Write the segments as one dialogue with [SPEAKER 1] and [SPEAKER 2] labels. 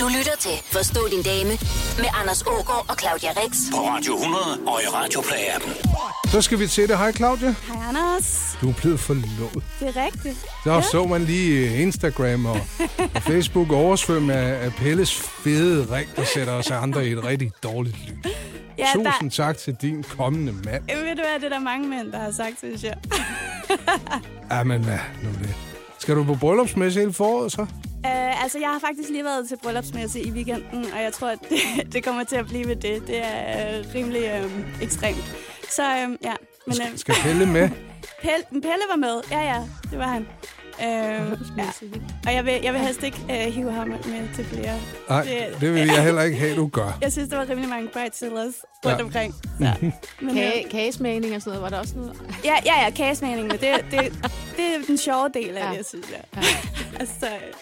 [SPEAKER 1] Du lytter til Forstå din dame med Anders Ågaard og Claudia Rex.
[SPEAKER 2] På Radio 100 og i Radioplay-appen.
[SPEAKER 3] Så skal vi til det. Hej Claudia.
[SPEAKER 4] Hej Anders.
[SPEAKER 3] Du er blevet forlovet.
[SPEAKER 4] Det er rigtigt.
[SPEAKER 3] Der ja. så man lige øh, Instagram og, og Facebook oversvømme af, af Pelles fede ring, der sætter os andre i et rigtig dårligt lys. Ja,
[SPEAKER 4] Ja, der-
[SPEAKER 3] Tusind tak til din kommende mand.
[SPEAKER 4] Jamen, ved du hvad, det er der mange mænd, der har sagt, synes jeg.
[SPEAKER 3] Jamen, hvad nu det? Skal du på bryllupsmesse hele foråret, så?
[SPEAKER 4] Uh, altså, jeg har faktisk lige været til bryllupsmesse i weekenden, og jeg tror, at det, det kommer til at blive ved det. Det er øh, rimelig øh, ekstremt. Så øh, ja, men øh,
[SPEAKER 3] Skal Pelle med?
[SPEAKER 4] Pelle, Pelle var med. Ja, ja, det var han. Øh, ja. Og jeg vil, jeg vil helst ikke øh, hive ham med til flere.
[SPEAKER 3] Nej,
[SPEAKER 4] Det-
[SPEAKER 3] det vil jeg heller ikke have, du gør.
[SPEAKER 4] Jeg synes, der var rimelig mange bridezillas rundt
[SPEAKER 3] Ja.
[SPEAKER 4] omkring. Ja. Men, øh,
[SPEAKER 5] Kage, kagesmagning og sådan noget, var der også noget? Ah,
[SPEAKER 4] Ja, ja, ja, kagesmagningene. Det, det, det er den sjove del af ja.
[SPEAKER 5] Ja.
[SPEAKER 4] det, jeg synes jeg. Ja. altså, øh,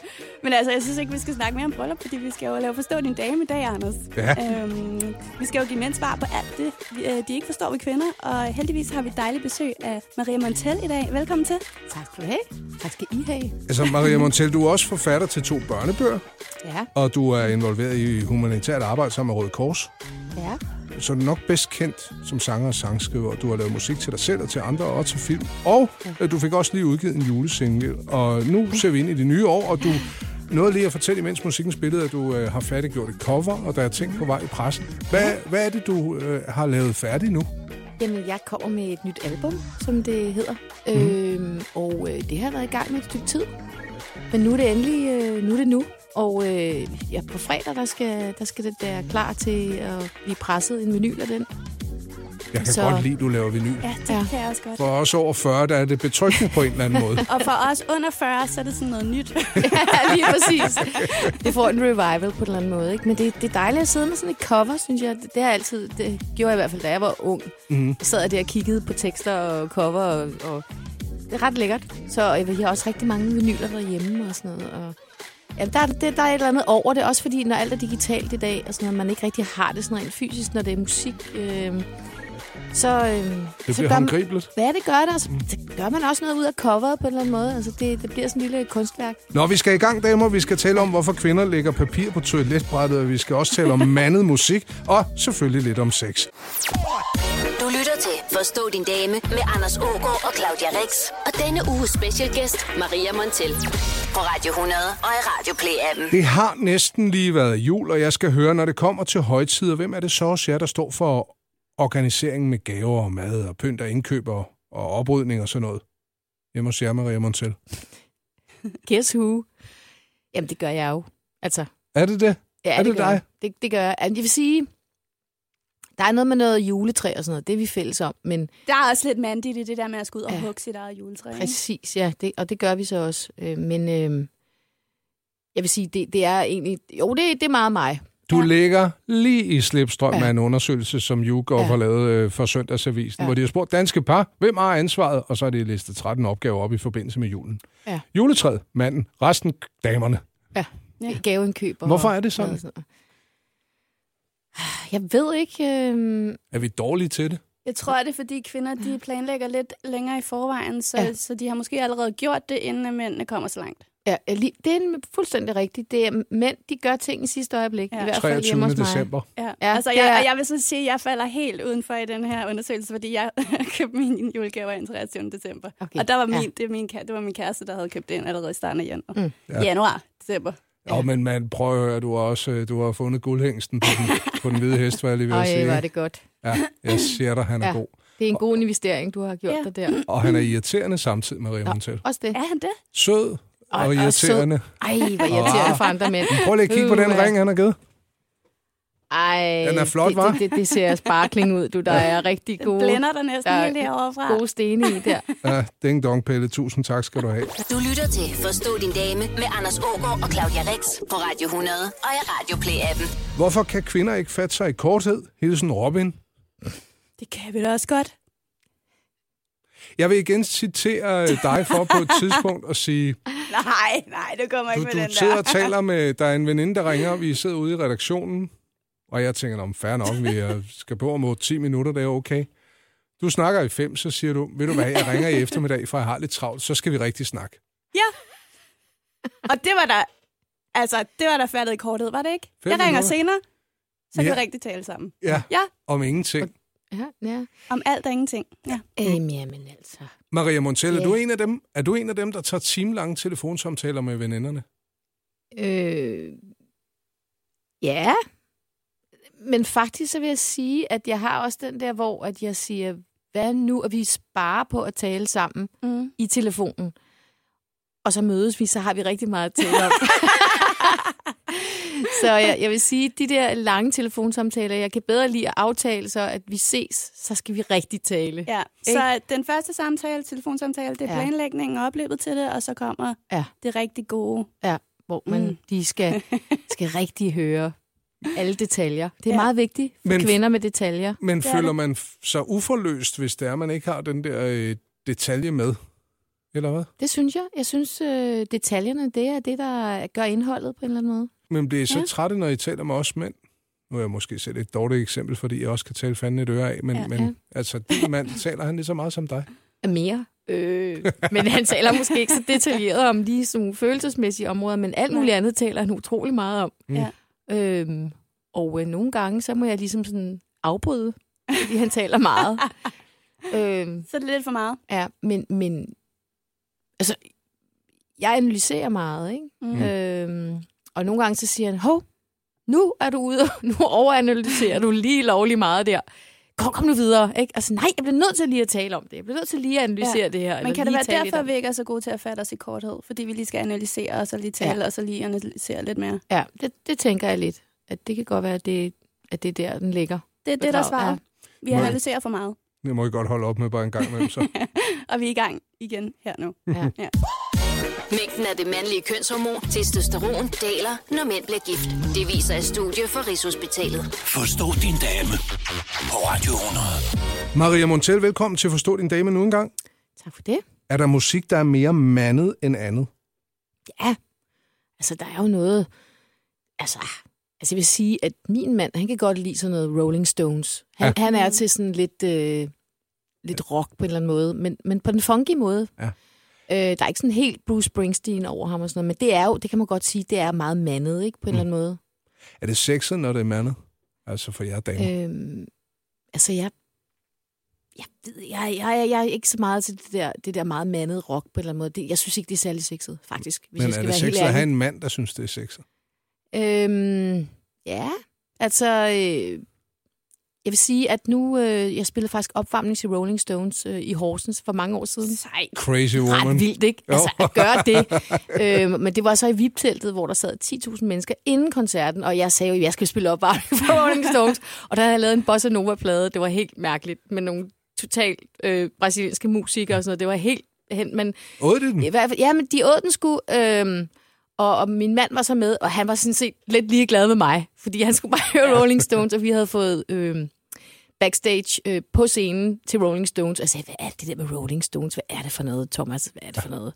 [SPEAKER 4] men altså, jeg synes ikke, vi skal snakke mere om bryllup, fordi vi skal jo lave Forstå din dame i dag, Anders.
[SPEAKER 3] Ja.
[SPEAKER 4] Øhm, vi skal jo give mænd svar på alt det, vi- øh, de ikke forstår ved kvinder. Og heldigvis har vi dejligt besøg af Maria Montel i dag. Velkommen til.
[SPEAKER 5] Tak skal du have. Tak skal I have.
[SPEAKER 3] Altså, Maria Montel, du er også forfatter til to børnebøger,
[SPEAKER 5] Ja,
[SPEAKER 3] og du er involveret i humanitært arbejde sammen med Røde Kors.
[SPEAKER 5] ja.
[SPEAKER 3] så er du nok bedst kendt som sanger og sangskriver. Du har lavet musik til dig selv og til andre og til film. Og øh, du fik også lige udgivet en julesingle. Og nu ser vi ind i det nye år, og du nåede lige at fortælle, imens musikken spillede, at du øh, har færdiggjort et cover, og der er ting på vej i pressen. Hvad, hvad er det, du øh, har lavet færdig nu?
[SPEAKER 5] Jamen, jeg kommer med et nyt album, som det hedder. Mm. Øhm, og øh, det har været i gang med et stykke tid. Men nu er det endelig, øh, nu er det nu. Og øh, ja, på fredag, der skal, der skal det være klar til at blive presset en vinyl af den.
[SPEAKER 3] Jeg kan så...
[SPEAKER 5] Så-
[SPEAKER 3] godt lide, at du laver vinyl.
[SPEAKER 4] Ja, det ja.
[SPEAKER 5] Ja.
[SPEAKER 4] kan jeg også godt.
[SPEAKER 3] For os over 40, der er det betryggende på en eller anden måde.
[SPEAKER 4] Og for os under 40, så er det sådan noget nyt.
[SPEAKER 5] ja, lige præcis. Det får en revival på en eller anden måde. Ikke? Men det, det er dejligt at sidde med sådan et cover, synes jeg. Det, det, har jeg altid, det gjorde jeg i hvert fald, da jeg var ung.
[SPEAKER 3] Mhm.
[SPEAKER 5] Mm. Sad jeg der og kiggede på tekster og cover, og, og det er ret lækkert. Så jeg ved, jeg har også rigtig mange vinyler derhjemme og sådan noget. Og, ja, der, er- det, der er et eller andet over det, også fordi når alt er digitalt i dag, og sådan noget, man ikke rigtig har det sådan rent fysisk, når det er musik. Øh, så, øh,
[SPEAKER 3] Det
[SPEAKER 5] så
[SPEAKER 3] bliver
[SPEAKER 5] gør man-
[SPEAKER 3] håndgribeligt. Mm.
[SPEAKER 5] Ja, det gør det, og så, så gør man også noget ud af coveret på en eller anden måde. Altså, det, det bliver sådan et lille kunstværk.
[SPEAKER 3] Nå, vi skal i gang, damer. Vi skal tale om, hvorfor kvinder lægger papir på toiletbrættet, og vi skal også tale om mandet musik, og selvfølgelig lidt om sex.
[SPEAKER 1] Du lytter til Forstå din dame med Anders Ågaard og Claudia Rex. Og denne uges specialgæst, Maria Montel. På Radio 100 og i Radio Play-appen.
[SPEAKER 3] Det har næsten lige været jul, og jeg skal høre, når det kommer til højtider, hvem er det så også jer, der står for organiseringen med gaver og mad og pynt og indkøb og, og oprydning og sådan noget? Hjemme hos jer, Maria Montel.
[SPEAKER 5] Guess who? Jamen, det gør jeg jo. Altså,
[SPEAKER 3] Er det det?
[SPEAKER 5] ja,
[SPEAKER 3] Er
[SPEAKER 5] det,
[SPEAKER 3] det
[SPEAKER 5] gør
[SPEAKER 3] dig?
[SPEAKER 5] Jeg. Det, det gør jeg. Jamen, jeg vil sige, der er noget med noget juletræ og sådan noget. Det er vi fælles om, men
[SPEAKER 3] Mm.
[SPEAKER 4] Der er også lidt mandigt i det der med at skulle ud og
[SPEAKER 5] Ja.
[SPEAKER 4] hugge sit eget juletræ. ikke?
[SPEAKER 5] præcis, ja. Det, og det gør vi så også. Øh, men øh, jeg vil sige, det, det er egentlig... Jo, det, det er meget mig.
[SPEAKER 3] Du ja. ligger lige i slipstrøm ja.
[SPEAKER 5] Ja.
[SPEAKER 3] af en undersøgelse, som YouGov ja.
[SPEAKER 5] Ja.
[SPEAKER 3] har lavet øh, for Søndagsavisen, ja.
[SPEAKER 5] Ja.
[SPEAKER 3] hvor de har spurgt danske par, hvem har ansvaret? Og så har de listet 13 opgaver op i forbindelse med julen.
[SPEAKER 5] Ja.
[SPEAKER 3] Juletræet, manden, resten damerne.
[SPEAKER 5] Ja. Gaveindkøber.
[SPEAKER 3] Hvorfor
[SPEAKER 5] og
[SPEAKER 3] er det sådan?
[SPEAKER 5] mad og noget. Jeg ved ikke... Øh,
[SPEAKER 3] Er vi dårlige til det?
[SPEAKER 4] Jeg tror, det er, fordi kvinder de planlægger lidt længere i forvejen, så, ja.
[SPEAKER 5] Ja.
[SPEAKER 4] så de har måske allerede gjort det, inden at mændene kommer så langt.
[SPEAKER 5] ja, jeg lige- det er en- fuldstændig rigtigt. Det er mænd, de gør ting i sidste øjeblik.
[SPEAKER 4] Ja.
[SPEAKER 5] I hvert fald
[SPEAKER 3] 23.
[SPEAKER 5] hjemme hos mig.
[SPEAKER 3] december.
[SPEAKER 4] Ja.
[SPEAKER 5] Ja,
[SPEAKER 4] altså,
[SPEAKER 5] det er-
[SPEAKER 4] jeg, og jeg vil så sige, at jeg falder helt udenfor i den her undersøgelse, fordi jeg købte mine julegaver den 23. december.
[SPEAKER 5] Okay,
[SPEAKER 4] Og der var min, ja.
[SPEAKER 5] ja.
[SPEAKER 4] det, er min, kæ- det var min kæreste, der havde købt det ind allerede i starten af januar. Mm.
[SPEAKER 5] Mm.
[SPEAKER 4] Ja. Januar, december.
[SPEAKER 3] Ja. Og men man prøv at høre, du har også øh, du har fundet guldhængsten på den, på den hvide hest, var jeg lige ved at
[SPEAKER 5] Ej, hvor
[SPEAKER 3] sige.
[SPEAKER 5] er det godt.
[SPEAKER 3] Ja, jeg siger dig, han er ja.
[SPEAKER 5] Ja.
[SPEAKER 3] god.
[SPEAKER 5] Det er en god investering, du har gjort
[SPEAKER 4] Ja. Mm.
[SPEAKER 5] ja. dig der.
[SPEAKER 3] Og han er irriterende samtidig, Maria Montel.
[SPEAKER 5] Også det.
[SPEAKER 4] Er han det?
[SPEAKER 3] Sød
[SPEAKER 5] Ej,
[SPEAKER 3] og
[SPEAKER 5] og sød.
[SPEAKER 3] irriterende.
[SPEAKER 5] Ej, hvor irriterende for andre mænd.
[SPEAKER 3] Prøv lige at kigge på den
[SPEAKER 5] Uha.
[SPEAKER 3] ring, han har givet.
[SPEAKER 5] Ej,
[SPEAKER 3] Den er flot,
[SPEAKER 5] det,
[SPEAKER 3] hva'?
[SPEAKER 5] det, det, det ser sparkling ud, du. Der er rigtig
[SPEAKER 4] Den
[SPEAKER 5] gode,
[SPEAKER 4] blænder dig næsten
[SPEAKER 5] Der-
[SPEAKER 4] helt herovre fra.
[SPEAKER 5] gode stene i der.
[SPEAKER 3] Ja, ding dong, Pelle. Tusind tak skal du have.
[SPEAKER 1] Du lytter til Forstå din dame med Anders Ågaard og Claudia Rex på Radio 100 og i Radio Play-appen.
[SPEAKER 3] Hvorfor kan kvinder ikke fatte sig i korthed? Hilsen Robin.
[SPEAKER 4] Det kan vi da også godt.
[SPEAKER 3] Jeg vil igen citere øh, dig for på et tidspunkt og sige,
[SPEAKER 4] Nej, nej, du kommer
[SPEAKER 3] du,
[SPEAKER 4] ikke med
[SPEAKER 3] du
[SPEAKER 4] den
[SPEAKER 3] sidder
[SPEAKER 4] der.
[SPEAKER 3] og taler med, der er en veninde, der ringer, vi sidder ude i redaktionen, og jeg tænker, om fair nok, vi øh, skal på om 10 minutter, det er okay. Du snakker i fem, så siger du, ved du hvad, jeg ringer i eftermiddag, for jeg har lidt travlt, så skal vi rigtig snakke.
[SPEAKER 4] Ja. Og det var da Altså, det var da faldet i kortet, var det ikke?
[SPEAKER 3] Fem
[SPEAKER 4] jeg ringer
[SPEAKER 3] minutter.
[SPEAKER 4] senere, så kan
[SPEAKER 3] Ja.
[SPEAKER 4] vi rigtig tale sammen.
[SPEAKER 3] Ja,
[SPEAKER 4] Ja,
[SPEAKER 3] om ingenting.
[SPEAKER 5] Ja, ja.
[SPEAKER 4] om alt og ingenting. Ja.
[SPEAKER 5] Øhm, jamen altså.
[SPEAKER 3] Maria Montel, er,
[SPEAKER 5] Ja.
[SPEAKER 3] du en af dem, er du en af dem, der tager timelange telefonsamtaler med veninderne?
[SPEAKER 5] Øh, ja. Men faktisk så vil jeg sige, at jeg har også den der, hvor at jeg siger, hvad nu, at vi sparer på at tale sammen
[SPEAKER 4] Mm.
[SPEAKER 5] i telefonen. Og så mødes vi, så har vi rigtig meget at tale om. så jeg, jeg vil sige, de der lange telefonsamtaler, jeg kan bedre lide at aftale så, at vi ses, så skal vi rigtig tale.
[SPEAKER 4] ja. Så øh, den første samtale, telefonsamtale, det er
[SPEAKER 5] Ja.
[SPEAKER 4] planlægningen og opløbet til det, og så kommer
[SPEAKER 5] Ja.
[SPEAKER 4] det rigtig gode.
[SPEAKER 5] Ja, hvor man
[SPEAKER 4] Mm.
[SPEAKER 5] mm. de skal, skal rigtig høre alle detaljer. Det er
[SPEAKER 4] Ja.
[SPEAKER 5] ja. meget vigtigt for
[SPEAKER 3] Men-
[SPEAKER 5] Men... kvinder med detaljer.
[SPEAKER 3] Men
[SPEAKER 4] er
[SPEAKER 3] føler
[SPEAKER 4] det.
[SPEAKER 3] man f- sig uforløst, hvis det er, man ikke har den der øh, detalje med? Eller hvad?
[SPEAKER 5] Det synes jeg. Jeg synes, øh, detaljerne, det er det, der gør indholdet på en eller anden måde.
[SPEAKER 3] Men bliver I så ja.
[SPEAKER 4] Ja.
[SPEAKER 3] trætte, når I taler med os mænd? Nu er jeg måske selv et dårligt eksempel, fordi jeg også kan tale fanden et øre af, men, ja,
[SPEAKER 4] Ja.
[SPEAKER 3] men
[SPEAKER 5] Ja.
[SPEAKER 3] altså, din mand taler han lige så meget som dig.
[SPEAKER 5] Er Mere. Øh, men han taler måske ikke så detaljeret om lige sådan nogle følelsesmæssige områder, men alt muligt andet taler han utrolig meget om.
[SPEAKER 4] Ja.
[SPEAKER 5] Øhm, og øh, nogle gange, så må jeg ligesom sådan afbryde, fordi han taler meget. øhm,
[SPEAKER 4] Så er det lidt for meget.
[SPEAKER 5] Ja, men, men altså, jeg analyserer meget, ikke?
[SPEAKER 4] Mm.
[SPEAKER 5] Mm. Øhm, og nogle gange så siger han, hov, nu er du ude, og nu overanalyserer du lige lovlig meget der. Kom, kom nu videre, ikke? Altså, nej, jeg bliver nødt til lige at tale om det. Jeg bliver nødt til lige at analysere
[SPEAKER 4] Ja,
[SPEAKER 5] det her. eller
[SPEAKER 4] Men kan det
[SPEAKER 5] lige
[SPEAKER 4] være
[SPEAKER 5] tale lidt
[SPEAKER 4] derfor,
[SPEAKER 5] om
[SPEAKER 4] vi ikke er så gode til at fatte os i korthed? Fordi vi lige skal analysere, og så lige tale, ja. og så lige analysere lidt mere.
[SPEAKER 5] det?" Ja, det, det tænker jeg lidt. At det kan godt være, at det, at det er der, den ligger.
[SPEAKER 4] Det er det, der
[SPEAKER 5] Bedrag,
[SPEAKER 4] svarer. Vi
[SPEAKER 3] Nej.
[SPEAKER 4] analyserer for meget,
[SPEAKER 3] Det må I godt holde op med bare en gang imellem, så.
[SPEAKER 4] og vi er i gang igen her nu.
[SPEAKER 5] Ja.
[SPEAKER 1] Mængden af det mandlige kønshormon testosteron daler, når mænd bliver gift. Det viser et studie fra Rigshospitalet.
[SPEAKER 2] Forstå din dame på Radio 100.
[SPEAKER 3] Maria Montel, velkommen til Forstå din dame nu engang.
[SPEAKER 5] Tak for det.
[SPEAKER 3] Er der musik, der er mere mandet end andet?
[SPEAKER 5] Ja, altså der er jo noget... Altså, altså jeg vil sige, at min mand, han kan godt lide sådan noget Rolling Stones. Han, ja. han er til sådan lidt, øh, lidt rock på en eller anden måde, men, men på den funky måde.
[SPEAKER 3] Ja.
[SPEAKER 5] Øh, der er ikke sådan helt Bruce Springsteen over ham og sådan noget, men det er jo, det kan man godt sige, det er meget mandet, ikke? På en mm. eller anden måde.
[SPEAKER 3] Er det sexet, når det er mandet? Altså for jer damer. Øh.
[SPEAKER 5] Øhm, altså, jeg, jeg, ved- jeg, jeg, jeg, jeg er ikke så meget til det der, det der meget mandede rock på en eller anden måde. Det, jeg synes ikke, det er særlig sexet, faktisk.
[SPEAKER 3] Men
[SPEAKER 5] Hvis jeg
[SPEAKER 3] er
[SPEAKER 5] skal
[SPEAKER 3] det
[SPEAKER 5] være helt
[SPEAKER 3] sexet at
[SPEAKER 5] ærlig.
[SPEAKER 3] have en mand, der synes, det er sexet?
[SPEAKER 5] Øhm, ja, altså... Øh, jeg vil sige, at nu... Øh, jeg spillede faktisk opvarmning til Rolling Stones øh, i Horsens for mange år siden.
[SPEAKER 4] Sejt.
[SPEAKER 3] Crazy woman.
[SPEAKER 5] Ret vildt, ikke?
[SPEAKER 3] Jo.
[SPEAKER 5] Altså, at gøre det. øhm, men det var så i VIP-teltet, hvor der sad 10.000 mennesker inden koncerten, og jeg sagde jo, at jeg skulle spille opvarmning for Rolling Stones. Og der havde jeg lavet en bossa nova-plade. Det var helt mærkeligt, med nogle totalt øh, brasilianske musikere og sådan noget. Det var helt hen, men
[SPEAKER 3] Åd det den?
[SPEAKER 5] i hvert fald, ja, men de åd den sgu, øhm, og, og min mand var så med, og han var sådan set lidt ligeglad med mig, fordi han skulle bare høre Rolling Stones, og vi havde fået øhm, backstage øh, på scenen til Rolling Stones, og jeg sagde, hvad er det der med Rolling Stones? Hvad er det for noget, Thomas? Hvad er det for noget?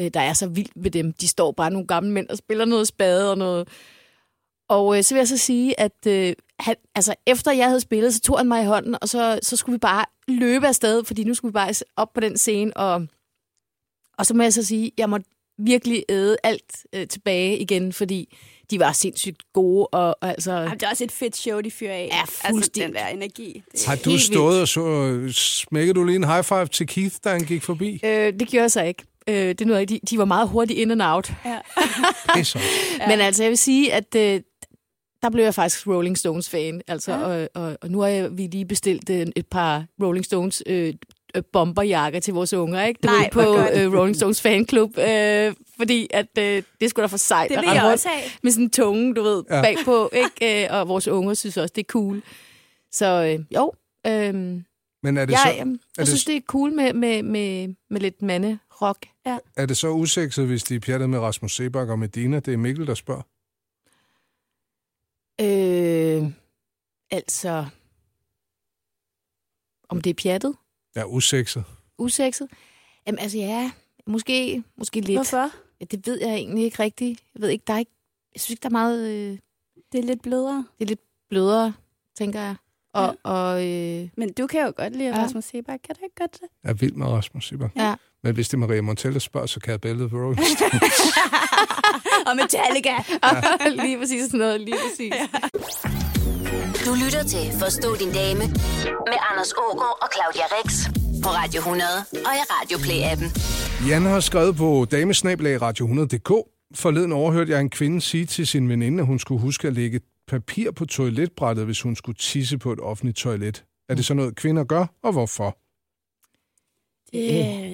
[SPEAKER 5] Øh, der er så vildt ved dem. De står bare nogle gamle mænd og spiller noget spade og noget... Og øh, så vil jeg så sige, at øh, han, altså, efter jeg havde spillet, så tog han mig i hånden, og så, så skulle vi bare løbe afsted, fordi nu skulle vi bare op på den scene og og så må jeg så sige, at jeg måtte virkelig æde alt øh, tilbage igen, fordi de var sindssygt gode. Og, og altså,
[SPEAKER 4] Jamen, det er også et fedt show, de fyrer af.
[SPEAKER 5] Ja,
[SPEAKER 4] altså, den
[SPEAKER 5] fuldstændig.
[SPEAKER 4] der energi. Det,
[SPEAKER 3] Har du
[SPEAKER 5] helt
[SPEAKER 3] stået og så øh, smækkede du lige en high five til Keith, da han gik forbi?
[SPEAKER 5] øh, det gjorde jeg så ikke. Øh, det nåede jeg ikke. De, de var meget hurtigt in and out.
[SPEAKER 4] ja.
[SPEAKER 3] Det er så.
[SPEAKER 5] Ja. Men altså, jeg vil sige, at øh, der blev jeg faktisk Rolling Stones-fan. Altså, ja. og, og, og nu har jeg, vi lige bestilt øh, et par Rolling Stones... Øh, øh, bomberjakker til vores unger, ikke? Du
[SPEAKER 4] Nej,
[SPEAKER 5] ved, på
[SPEAKER 4] hvor godt.
[SPEAKER 5] øh, Rolling Stones fanklub, øh, fordi at øh, det skulle da for sejt.
[SPEAKER 4] det
[SPEAKER 5] at
[SPEAKER 4] vil
[SPEAKER 5] rende
[SPEAKER 4] jeg
[SPEAKER 5] rundt.
[SPEAKER 4] også have.
[SPEAKER 5] med sådan en tunge, du ved,
[SPEAKER 3] Ja.
[SPEAKER 5] ja. bagpå, ikke? Øh, og vores unger synes også, det er cool. Så øh, jo, øh, jeg,
[SPEAKER 3] Men er det,
[SPEAKER 5] jeg,
[SPEAKER 3] så,
[SPEAKER 5] jeg
[SPEAKER 3] det-
[SPEAKER 5] synes, det er cool med, med, med, med lidt manderock.
[SPEAKER 3] er det så usekset, hvis de er pjattet med Rasmus Sebak og Medina? Det er Mikkel, der spørger.
[SPEAKER 5] Øh, altså, om det er pjattet,
[SPEAKER 3] Ja, usekset.
[SPEAKER 5] usekset? Jamen altså ja, måske, måske lidt.
[SPEAKER 4] Hvorfor?
[SPEAKER 5] Ja, det ved jeg egentlig ikke rigtigt. Jeg ved ikke, der er ikke, jeg synes ikke, der er meget, øh,
[SPEAKER 4] Det er lidt blødere.
[SPEAKER 5] det er lidt blødere, tænker jeg. Og, ja. og øh,
[SPEAKER 4] Men du kan jo godt lide
[SPEAKER 5] Ja.
[SPEAKER 4] Rasmus Sebak. Kan du ikke godt det?
[SPEAKER 3] Jeg er vild med Rasmus Sebak.
[SPEAKER 5] Ja.
[SPEAKER 3] Men hvis det er Maria Montella, der spørger, så kan jeg billedet Rolling
[SPEAKER 4] Og Metallica.
[SPEAKER 5] lige præcis sådan noget, lige præcis. Ja.
[SPEAKER 1] Du lytter til Forstå din dame med Anders Ågaard og Claudia Rex på Radio 100 og i Radio Play-appen.
[SPEAKER 3] Jan har skrevet på damesnabelagradio100.dk. Forleden overhørte jeg en kvinde sige til sin veninde, at hun skulle huske at lægge papir på toiletbrættet, hvis hun skulle tisse på et offentligt toilet. Er det så noget, kvinder gør, og hvorfor?
[SPEAKER 4] Det,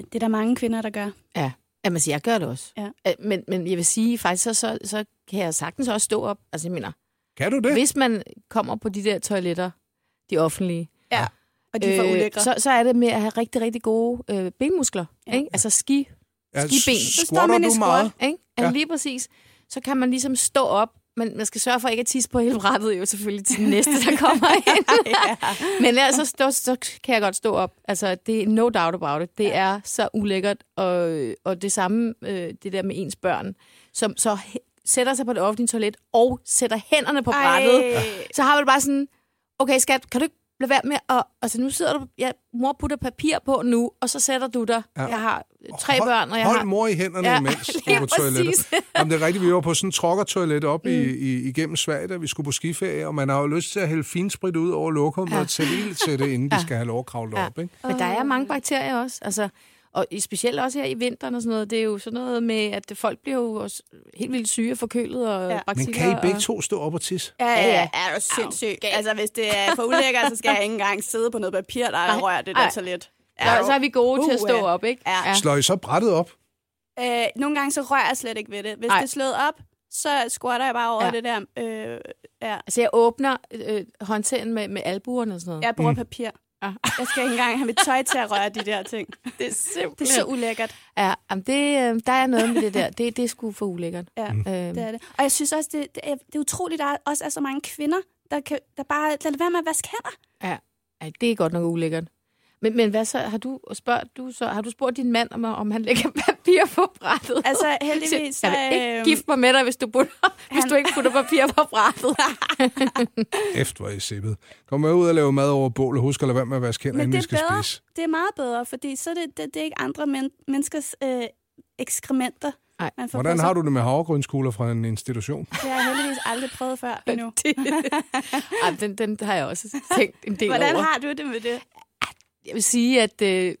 [SPEAKER 4] det er der mange kvinder, der gør.
[SPEAKER 5] ja. Jamen, altså, jeg gør det også.
[SPEAKER 4] Ja.
[SPEAKER 5] Øh, Men, men jeg vil sige, faktisk, så, så, så kan jeg sagtens også stå op. Altså, jeg mener,
[SPEAKER 3] Kan du det?
[SPEAKER 5] hvis man kommer på de der toiletter, de offentlige,
[SPEAKER 4] Og de er for ulækre.
[SPEAKER 5] Øh, så, så er det med at have rigtig, rigtig gode øh, benmuskler. Ja. Ikke? Altså ski, skiben.
[SPEAKER 4] Så står
[SPEAKER 3] squatter
[SPEAKER 4] man i
[SPEAKER 3] du
[SPEAKER 4] squat.
[SPEAKER 3] meget?
[SPEAKER 5] Ikke?
[SPEAKER 3] Ja.
[SPEAKER 5] Altså, lige præcis. Så kan man ligesom stå op, men man skal sørge for ikke at tisse på hele brættet jo selvfølgelig til den næste, der kommer ind. Men ellers så, stå, så kan jeg godt stå op. Altså, det er no doubt about it. Det er så ulækkert. Og, og det samme, øh, det der med ens børn, som så he- sætter sig på det offentlige toilet og sætter hænderne på brættet. Så har man det bare sådan, okay skat, kan du ikke lade være med at... Altså nu sidder du... Ja, mor putter papir på nu, og så sætter du dig. Ja. Jeg har tre
[SPEAKER 3] Hold-
[SPEAKER 5] børn, og jeg
[SPEAKER 3] Hold
[SPEAKER 5] har...
[SPEAKER 3] mor i hænderne ja,
[SPEAKER 5] Ja,
[SPEAKER 3] imens du er
[SPEAKER 5] lige
[SPEAKER 3] på toilettet.
[SPEAKER 5] præcis.
[SPEAKER 3] Jamen, det er rigtigt, vi var på sådan en trokkertoilet op mm. i, i, igennem Sverige, da vi skulle på skiferie, og man har jo lyst til at hælde finsprit ud over lokummet ja. og tage ild til det, inden ja. de skal have lov at kravle ja. op. Ikke?
[SPEAKER 5] Men der er mange bakterier også, altså, og i- specielt også her i vinteren og sådan noget. Det er jo sådan noget med, at folk bliver jo også helt vildt syge og forkølet og
[SPEAKER 4] Ja.
[SPEAKER 5] ja.
[SPEAKER 3] Men
[SPEAKER 5] bakterier.
[SPEAKER 3] kan I begge
[SPEAKER 5] og...
[SPEAKER 3] to stå op og tisse?
[SPEAKER 4] Ja, ja,
[SPEAKER 5] Ja,
[SPEAKER 4] ja.
[SPEAKER 5] ja.
[SPEAKER 4] Er jo sindssygt. Altså, hvis det er for ulækkert, så skal jeg ikke engang sidde på noget papir, der er
[SPEAKER 5] Nej.
[SPEAKER 4] rørt det der
[SPEAKER 5] Nej.
[SPEAKER 4] toilet.
[SPEAKER 5] Ja, så er vi gode til at
[SPEAKER 4] Uh,
[SPEAKER 5] stå
[SPEAKER 4] ja.
[SPEAKER 5] op, ikke?
[SPEAKER 4] Ja.
[SPEAKER 3] Slår I så brættet op?
[SPEAKER 4] Øh, nogle gange så rører jeg slet ikke ved det. Hvis Ej.
[SPEAKER 5] Nej.
[SPEAKER 4] det er slået op, så squatter jeg bare over ja.
[SPEAKER 5] Ja.
[SPEAKER 4] det der. Øh, ja.
[SPEAKER 5] Altså, jeg åbner øh, håndtagen med, med albuerne og sådan noget.
[SPEAKER 4] Jeg bruger mm. papir.
[SPEAKER 5] Ja.
[SPEAKER 4] Jeg skal ikke engang have mit tøj til at røre de der ting. Det er simpelthen... Det er så ulækkert.
[SPEAKER 5] Ja, jamen det, øh, der er noget med det der. Det, det er sgu for ulækkert.
[SPEAKER 4] Ja,
[SPEAKER 3] Mm.
[SPEAKER 5] Øhm,
[SPEAKER 4] det er det. Og jeg synes også, det, det, er, det er utroligt, der er- også er så mange kvinder, der, kan, der bare lader være med at vaske hænder.
[SPEAKER 5] Ja, Ej, det er godt nok ulækkert. Men, men hvad så? Har du, spørg, du så, har du spurgt din mand, om, om han lægger papir på brættet?
[SPEAKER 4] Altså, heldigvis, så,
[SPEAKER 5] Jeg vil
[SPEAKER 4] øhm,
[SPEAKER 5] ikke gifte mig med dig, hvis du, putter, hvis du ikke putter papir på brættet.
[SPEAKER 3] Efter hvor I sippet. Kom med ud og lave mad over bål, og husk at lade være med at vaske hænder,
[SPEAKER 4] Men
[SPEAKER 3] inden I
[SPEAKER 4] det er
[SPEAKER 3] skal
[SPEAKER 4] bedre.
[SPEAKER 3] spise.
[SPEAKER 4] Det er meget bedre, fordi så er det, det, det er ikke andre men, menneskers øh, ekskrementer.
[SPEAKER 5] Ej.
[SPEAKER 4] man får på
[SPEAKER 3] Hvordan
[SPEAKER 4] sig.
[SPEAKER 3] har du det med havregrynskugler fra en institution?
[SPEAKER 4] Det har jeg heldigvis aldrig prøvet før endnu.
[SPEAKER 5] Ej, den, den har jeg også tænkt en del
[SPEAKER 4] Hvordan
[SPEAKER 5] over.
[SPEAKER 4] har du det med det?
[SPEAKER 5] Jeg vil sige, at øh,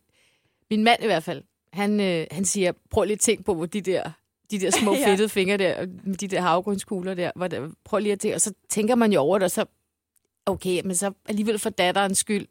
[SPEAKER 5] min mand i hvert fald, han, øh, han siger, prøv lige at tænke på, hvor de der, de der små
[SPEAKER 4] Ja.
[SPEAKER 5] fedtede fingre der, og med de der havgrundskugler der, hvordan, prøv lige at tænke, og så tænker man jo over det, og så, okay, men så alligevel for datterens skyld,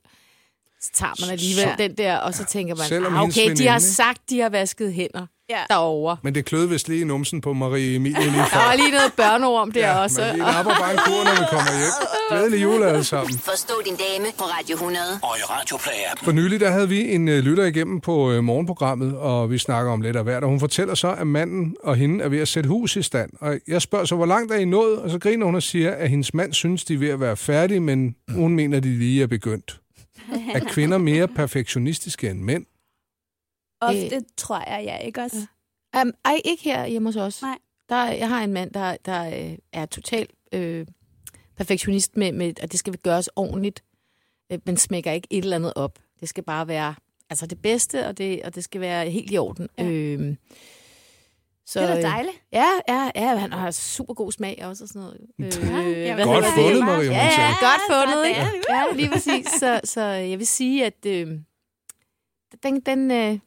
[SPEAKER 5] så tager man alligevel
[SPEAKER 3] Så-
[SPEAKER 5] så, den der, og så tænker man,
[SPEAKER 3] Selvom
[SPEAKER 5] ah,
[SPEAKER 3] hendes
[SPEAKER 5] okay, de har
[SPEAKER 3] veninde-
[SPEAKER 5] sagt, de har vasket hænder
[SPEAKER 4] Ja.
[SPEAKER 5] derovre.
[SPEAKER 3] Men det kløede vist lige i numsen på Marie Emilie lige
[SPEAKER 5] Der
[SPEAKER 3] før.
[SPEAKER 5] var lige noget børneorm der
[SPEAKER 3] Ja,
[SPEAKER 5] også.
[SPEAKER 3] Men vi napper bare en kur, når vi kommer hjem. Glædelig jul alle sammen.
[SPEAKER 1] Forstå din dame på Radio 100.
[SPEAKER 2] Og i Radio Play-appen.
[SPEAKER 3] For nylig der havde vi en øh, lytter igennem på øh, morgenprogrammet, og vi snakker om lidt af hvert. Og hun fortæller så, at manden og hende er ved at sætte hus i stand. Og jeg spørger så, hvor langt er I nået? Og så griner hun og siger, at hendes mand synes, de er ved at være færdige, men hun mener, de lige er begyndt. Er kvinder mere perfektionistiske end mænd?
[SPEAKER 4] Ofte tror jeg, ja, ikke også?
[SPEAKER 5] Um, ej, ikke her hjemme hos os.
[SPEAKER 4] Nej.
[SPEAKER 5] Der, jeg har en mand, der, der øh, er total øh, perfektionist med, med, at det skal gøres ordentligt. Øh, men smækker ikke et eller andet op. Det skal bare være altså det bedste, og det, og det skal være helt i orden.
[SPEAKER 4] Ja.
[SPEAKER 5] Ja. Øh, så,
[SPEAKER 4] Det er da
[SPEAKER 5] øh,
[SPEAKER 4] dejligt.
[SPEAKER 5] Ja, ja, ja, han har super god smag også og sådan noget. Øh,
[SPEAKER 4] Ja,
[SPEAKER 5] hvad
[SPEAKER 3] Godt
[SPEAKER 5] hedder det?
[SPEAKER 3] fundet, Marie
[SPEAKER 5] Ja, ja,
[SPEAKER 3] Montal.
[SPEAKER 5] godt fundet,
[SPEAKER 4] sådan.
[SPEAKER 5] ikke? Ja, lige præcis. Så, så jeg vil sige, at øh, den, den, øh,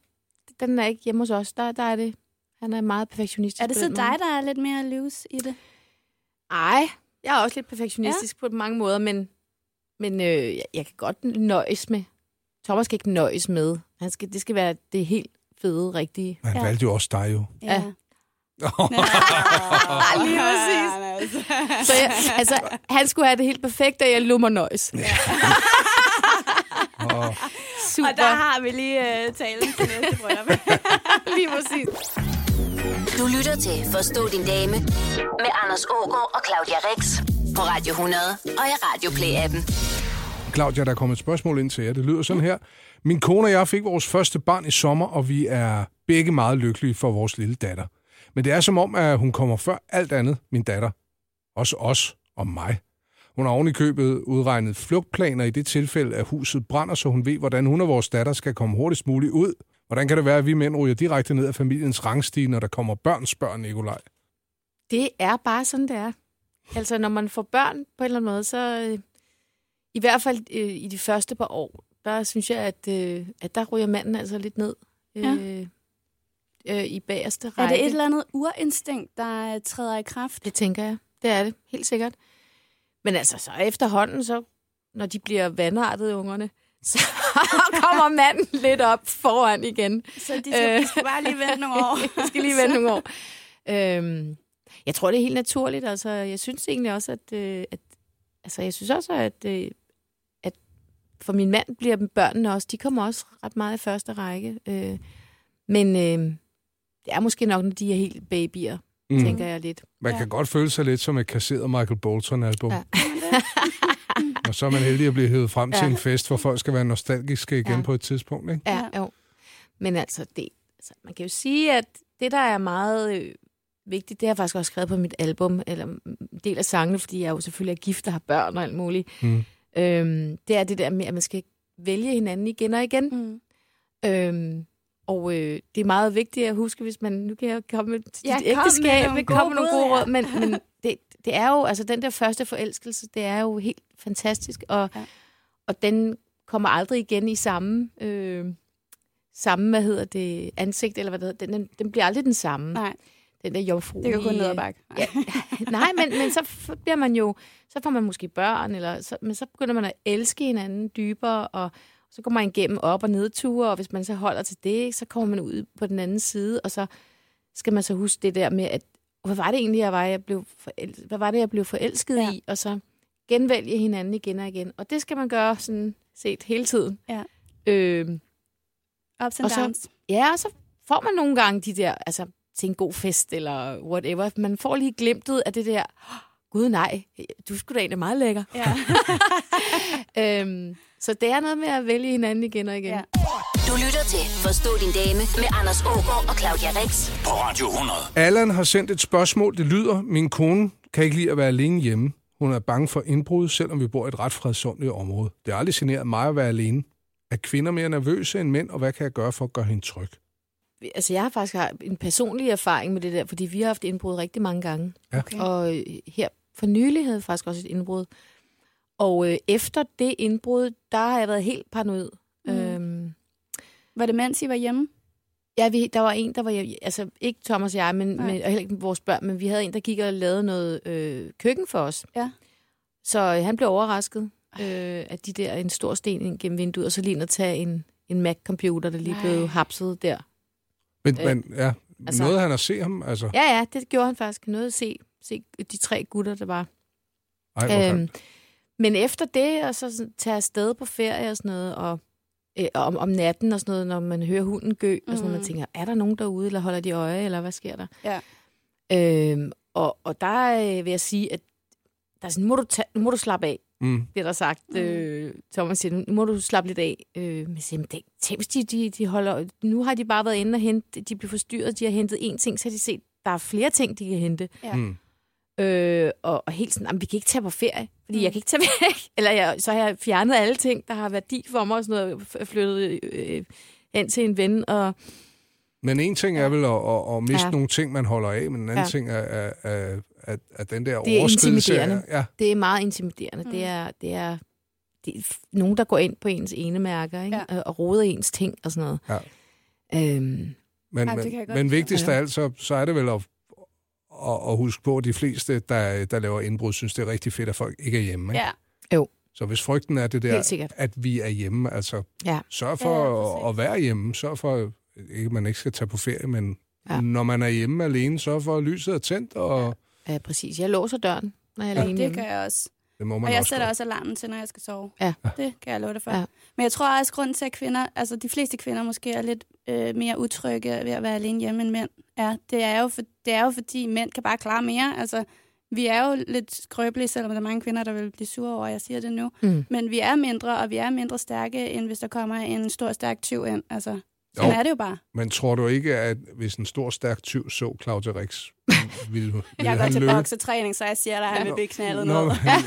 [SPEAKER 5] den er ikke hjemme hos os. Der, der er det. Han er meget perfektionistisk.
[SPEAKER 4] Er det
[SPEAKER 5] på
[SPEAKER 4] så
[SPEAKER 5] den
[SPEAKER 4] dig,
[SPEAKER 5] måde.
[SPEAKER 4] der er lidt mere løs i det?
[SPEAKER 5] Ej, jeg er også lidt perfektionistisk ja. på mange måder, men, men øh, jeg, jeg kan godt nøjes med. Thomas skal ikke nøjes med. Han skal, det skal være det helt fede, rigtige.
[SPEAKER 3] Han valgte jo også dig jo.
[SPEAKER 5] Ja.
[SPEAKER 4] ja lige præcis.
[SPEAKER 5] Så jeg, altså, han skulle have det helt perfekte, og jeg lå mig nøjes.
[SPEAKER 3] Og
[SPEAKER 5] Super.
[SPEAKER 4] Og der har vi lige uh, talen til næste bryllup.
[SPEAKER 5] lige præcis.
[SPEAKER 1] Du lytter til Forstå din dame med Anders Ågaard og Claudia Rex på Radio 100 og i Radio Play-appen.
[SPEAKER 3] Claudia, der er kommet et spørgsmål ind til jer. Det lyder sådan her. Min kone og jeg fik vores første barn i sommer, og vi er begge meget lykkelige for vores lille datter. Men det er som om, at hun kommer før alt andet, min datter. Også os og mig. Hun har oven i købet udregnet flugtplaner i det tilfælde, at huset brænder, så hun ved, hvordan hun og vores datter skal komme hurtigst muligt ud. Hvordan kan det være, at vi mænd ryger direkte ned af familiens rangstige, når der kommer børn, spørger Nikolaj.
[SPEAKER 5] Det er bare sådan, det er. Altså, når man får børn på en eller anden måde, så øh, i hvert fald øh, i de første par år, der synes jeg, at, øh, at der ryger manden altså lidt ned øh,
[SPEAKER 4] Ja.
[SPEAKER 5] øh, i bagerste
[SPEAKER 4] Er
[SPEAKER 5] række.
[SPEAKER 4] det et eller andet urinstinkt, der øh, træder i kraft?
[SPEAKER 5] Det tænker jeg. Det er det, helt sikkert. Men altså, så efterhånden, så, når de bliver vandartede, ungerne, så kommer manden lidt op foran igen.
[SPEAKER 4] Så de skal,
[SPEAKER 5] Øh.
[SPEAKER 4] de skal bare lige vente nogle år.
[SPEAKER 5] Jeg skal lige vente nogle år. Øhm, jeg tror, det er helt naturligt. Altså, jeg synes egentlig også, at... Øh, at altså, jeg synes også, at, øh, at for min mand bliver børnene også... De kommer også ret meget i første række. Øh, men øh, det er måske nok, når de er helt babyer, mm. tænker jeg lidt.
[SPEAKER 3] Man kan godt føle sig lidt som et kasseret Michael Bolton-album. Ja.
[SPEAKER 5] Ja.
[SPEAKER 3] Og så er man heldig at blive hævet frem ja. til
[SPEAKER 5] Ja.
[SPEAKER 3] en fest, hvor folk skal være nostalgiske igen ja.
[SPEAKER 5] Ja.
[SPEAKER 3] på et tidspunkt. Ikke?
[SPEAKER 5] Ja, jo. Men altså, det, altså, man kan jo sige, at det, der er meget øh, vigtigt, det har jeg faktisk også skrevet på mit album, eller mm, en del af sangene, fordi jeg jo selvfølgelig er gift og har børn og alt muligt.
[SPEAKER 3] Mm.
[SPEAKER 5] Øhm, det er det der med, at man skal vælge hinanden igen og igen.
[SPEAKER 4] Mm.
[SPEAKER 5] Øhm, og øh, det er meget vigtigt at huske, hvis man... Nu kan jeg komme med til
[SPEAKER 4] Ja,
[SPEAKER 5] dit
[SPEAKER 4] kom med
[SPEAKER 5] ægteskab,
[SPEAKER 4] nogle
[SPEAKER 5] komme
[SPEAKER 4] gode
[SPEAKER 5] med nogle gode
[SPEAKER 4] råd, ja.
[SPEAKER 5] råd, men, men det, det er jo... Altså, den der første forelskelse, det er jo helt fantastisk, og,
[SPEAKER 4] Ja.
[SPEAKER 5] ja. og den kommer aldrig igen i samme... Øh, samme, hvad hedder det, ansigt, eller hvad det hedder, den, den, den bliver aldrig den samme.
[SPEAKER 4] Nej,
[SPEAKER 5] Den der jomfru. øh,
[SPEAKER 4] det kan kun ned ad bakke. Ja.
[SPEAKER 5] Nej, men, men så f- bliver man jo, så får man måske børn, eller så, men så begynder man at elske hinanden dybere, og så kommer man igennem op- og nedture, og hvis man så holder til det, ikke, så kommer man ud på den anden side, og så skal man så huske det der med, at hvad var det egentlig, jeg var, jeg blev forelsket, hvad var det, jeg blev forelsket
[SPEAKER 4] Ja.
[SPEAKER 5] ja. i, og så genvælge hinanden igen og igen. Og det skal man gøre sådan set hele tiden.
[SPEAKER 4] Ja.
[SPEAKER 5] Øhm,
[SPEAKER 4] Ups and
[SPEAKER 5] Og så-
[SPEAKER 4] downs.
[SPEAKER 5] Ja, og så får man nogle gange de der, altså til en god fest eller whatever. Man får lige glimtet af det der, gud nej, du skulle da egentlig meget lækker.
[SPEAKER 4] Ja.
[SPEAKER 5] Øhm, så det er noget med at vælge hinanden igen og igen.
[SPEAKER 4] Ja.
[SPEAKER 5] Ja.
[SPEAKER 1] Du lytter til Forstå din dame med Anders Ågaard og Claudia Rex.
[SPEAKER 2] På Radio 100.
[SPEAKER 3] Allan har sendt et spørgsmål. Det lyder, min kone kan ikke lide at være alene hjemme. Hun er bange for indbrud, selvom vi bor i et ret fredsomligt område. Det har aldrig generet mig at være alene. Er kvinder mere nervøse end mænd, og hvad kan jeg gøre for at gøre hende tryg?
[SPEAKER 5] Altså, jeg har faktisk har en personlig erfaring med det der, fordi vi har haft indbrud rigtig mange gange.
[SPEAKER 3] Ja.
[SPEAKER 4] Okay.
[SPEAKER 5] Og øh, her for nylig havde jeg faktisk også et indbrud. Og øh, efter det indbrud, der har jeg været helt paranoid.
[SPEAKER 4] Mm.
[SPEAKER 5] Mm. Øhm,
[SPEAKER 4] Var det mens I var hjemme?
[SPEAKER 5] Ja, vi, der var en, der var... hjem- Altså, ikke Thomas og jeg, men,
[SPEAKER 4] Nej.
[SPEAKER 5] men, og heller ikke vores børn, men vi havde en, der gik og lavede noget øh, køkken for os.
[SPEAKER 4] Ja.
[SPEAKER 5] Så øh, han blev overrasket øh, at de der en stor sten ind gennem vinduet, og så lige ind at tage en, en Mac-computer, der lige
[SPEAKER 4] Nej.
[SPEAKER 5] blev hapset der.
[SPEAKER 3] Men,
[SPEAKER 5] Øh,
[SPEAKER 3] men ja, altså,
[SPEAKER 5] altså-
[SPEAKER 3] noget han at se ham? Altså,
[SPEAKER 5] Ja, ja, det gjorde han faktisk. Noget at se, se de tre gutter, der var.
[SPEAKER 3] ej, hvor
[SPEAKER 5] Øhm,
[SPEAKER 3] øhm,
[SPEAKER 5] men efter det, og så sådan tage afsted på ferie og sådan noget, og øh, og om, om natten og sådan noget, når man hører hunden gø, mm. og sådan noget, man tænker, er der nogen derude, eller holder de øje, eller hvad sker der?
[SPEAKER 4] Ja.
[SPEAKER 5] Øhm, og, og der øh, vil jeg sige, at der er sådan, må du, tage, nu må du slappe af,
[SPEAKER 3] mm.
[SPEAKER 5] bliver der sagt. Mm. Øh, Thomas siger, nu- nu må du slappe lidt af. Øh, men jeg siger, "Men det, tænk, hvis de, de, de holder, nu har de bare været inde og hente, de blev forstyrret, de har hentet én ting, så har de set, der er flere ting, de kan hente.
[SPEAKER 4] Ja.
[SPEAKER 3] Mm.
[SPEAKER 5] Øh, og, og helt sådan, "Jamen, vi kan ikke tage på ferie, fordi mm. jeg kan ikke tage væk. Eller jeg, så har jeg fjernet alle ting, der har værdi for mig, og sådan noget, f- flyttet øh, hen til en ven, og
[SPEAKER 3] Men en ting er vel at, at, at miste ja.
[SPEAKER 5] Ja.
[SPEAKER 3] nogle ting, man holder af, men en anden ja.
[SPEAKER 5] Ja.
[SPEAKER 3] ting er, er, er, er, er den der
[SPEAKER 5] Det er
[SPEAKER 3] overskridelse.
[SPEAKER 5] intimiderende.
[SPEAKER 3] ja,
[SPEAKER 5] det er meget intimiderende. Mm. Det er, det er, det er f- nogen, der går ind på ens enemærker, ikke? Ja. og roder i ens ting og sådan noget.
[SPEAKER 3] Ja.
[SPEAKER 5] Øhm,
[SPEAKER 3] Men,
[SPEAKER 4] Ej, det
[SPEAKER 3] men,
[SPEAKER 4] kan jeg godt
[SPEAKER 3] men
[SPEAKER 4] forstå.
[SPEAKER 3] vigtigst af alt, så, så er det vel at, at, at huske på, at de fleste, der, der laver indbrud, synes, det er rigtig fedt, at folk ikke er hjemme. Ikke?
[SPEAKER 4] Ja.
[SPEAKER 3] Så hvis frygten er det
[SPEAKER 5] Helt
[SPEAKER 3] der,
[SPEAKER 5] sikkert.
[SPEAKER 3] at vi er hjemme, altså
[SPEAKER 5] Ja.
[SPEAKER 3] sørg
[SPEAKER 4] Ja,
[SPEAKER 3] for
[SPEAKER 4] ja,
[SPEAKER 3] ja, at, at være hjemme. Sørg for, ikke at man ikke skal tage på ferie, men ja.
[SPEAKER 5] Ja.
[SPEAKER 3] når man er hjemme alene, sørg for, at lyset er tændt, og ja.
[SPEAKER 5] ja, præcis. Jeg låser døren, når jeg er
[SPEAKER 4] Ja,
[SPEAKER 5] alene
[SPEAKER 4] det
[SPEAKER 5] hjemme.
[SPEAKER 4] gør jeg også.
[SPEAKER 3] det må man
[SPEAKER 4] Og jeg
[SPEAKER 3] også
[SPEAKER 4] sætter
[SPEAKER 3] gøre.
[SPEAKER 4] også alarmen til, når jeg skal sove.
[SPEAKER 5] Ja.
[SPEAKER 4] Det kan jeg love dig for. Ja.
[SPEAKER 5] Ja.
[SPEAKER 4] Men jeg tror også, grund til, at kvinder, altså de fleste kvinder måske er lidt øh, mere utrygge ved at være alene hjemme end mænd. Ja, det er, jo for, det er jo fordi, mænd kan bare klare mere. Altså, vi er jo lidt skrøbelige, selvom der er mange kvinder, der vil blive sure over, at jeg siger det nu.
[SPEAKER 5] Mm.
[SPEAKER 4] Men vi er mindre, og vi er mindre stærke, end hvis der kommer en stor, stærk tyv ind. Altså, sådan
[SPEAKER 3] Jo.
[SPEAKER 4] er det jo bare.
[SPEAKER 3] Men tror du ikke, at hvis en stor, stærk tyv så Claudia Rix, ville, ville
[SPEAKER 4] Jeg går
[SPEAKER 3] han
[SPEAKER 4] til
[SPEAKER 3] løbe?
[SPEAKER 4] boksetræning, så jeg siger dig, at han vil blive knaldet
[SPEAKER 3] Nå,
[SPEAKER 4] ned.
[SPEAKER 3] men jeg,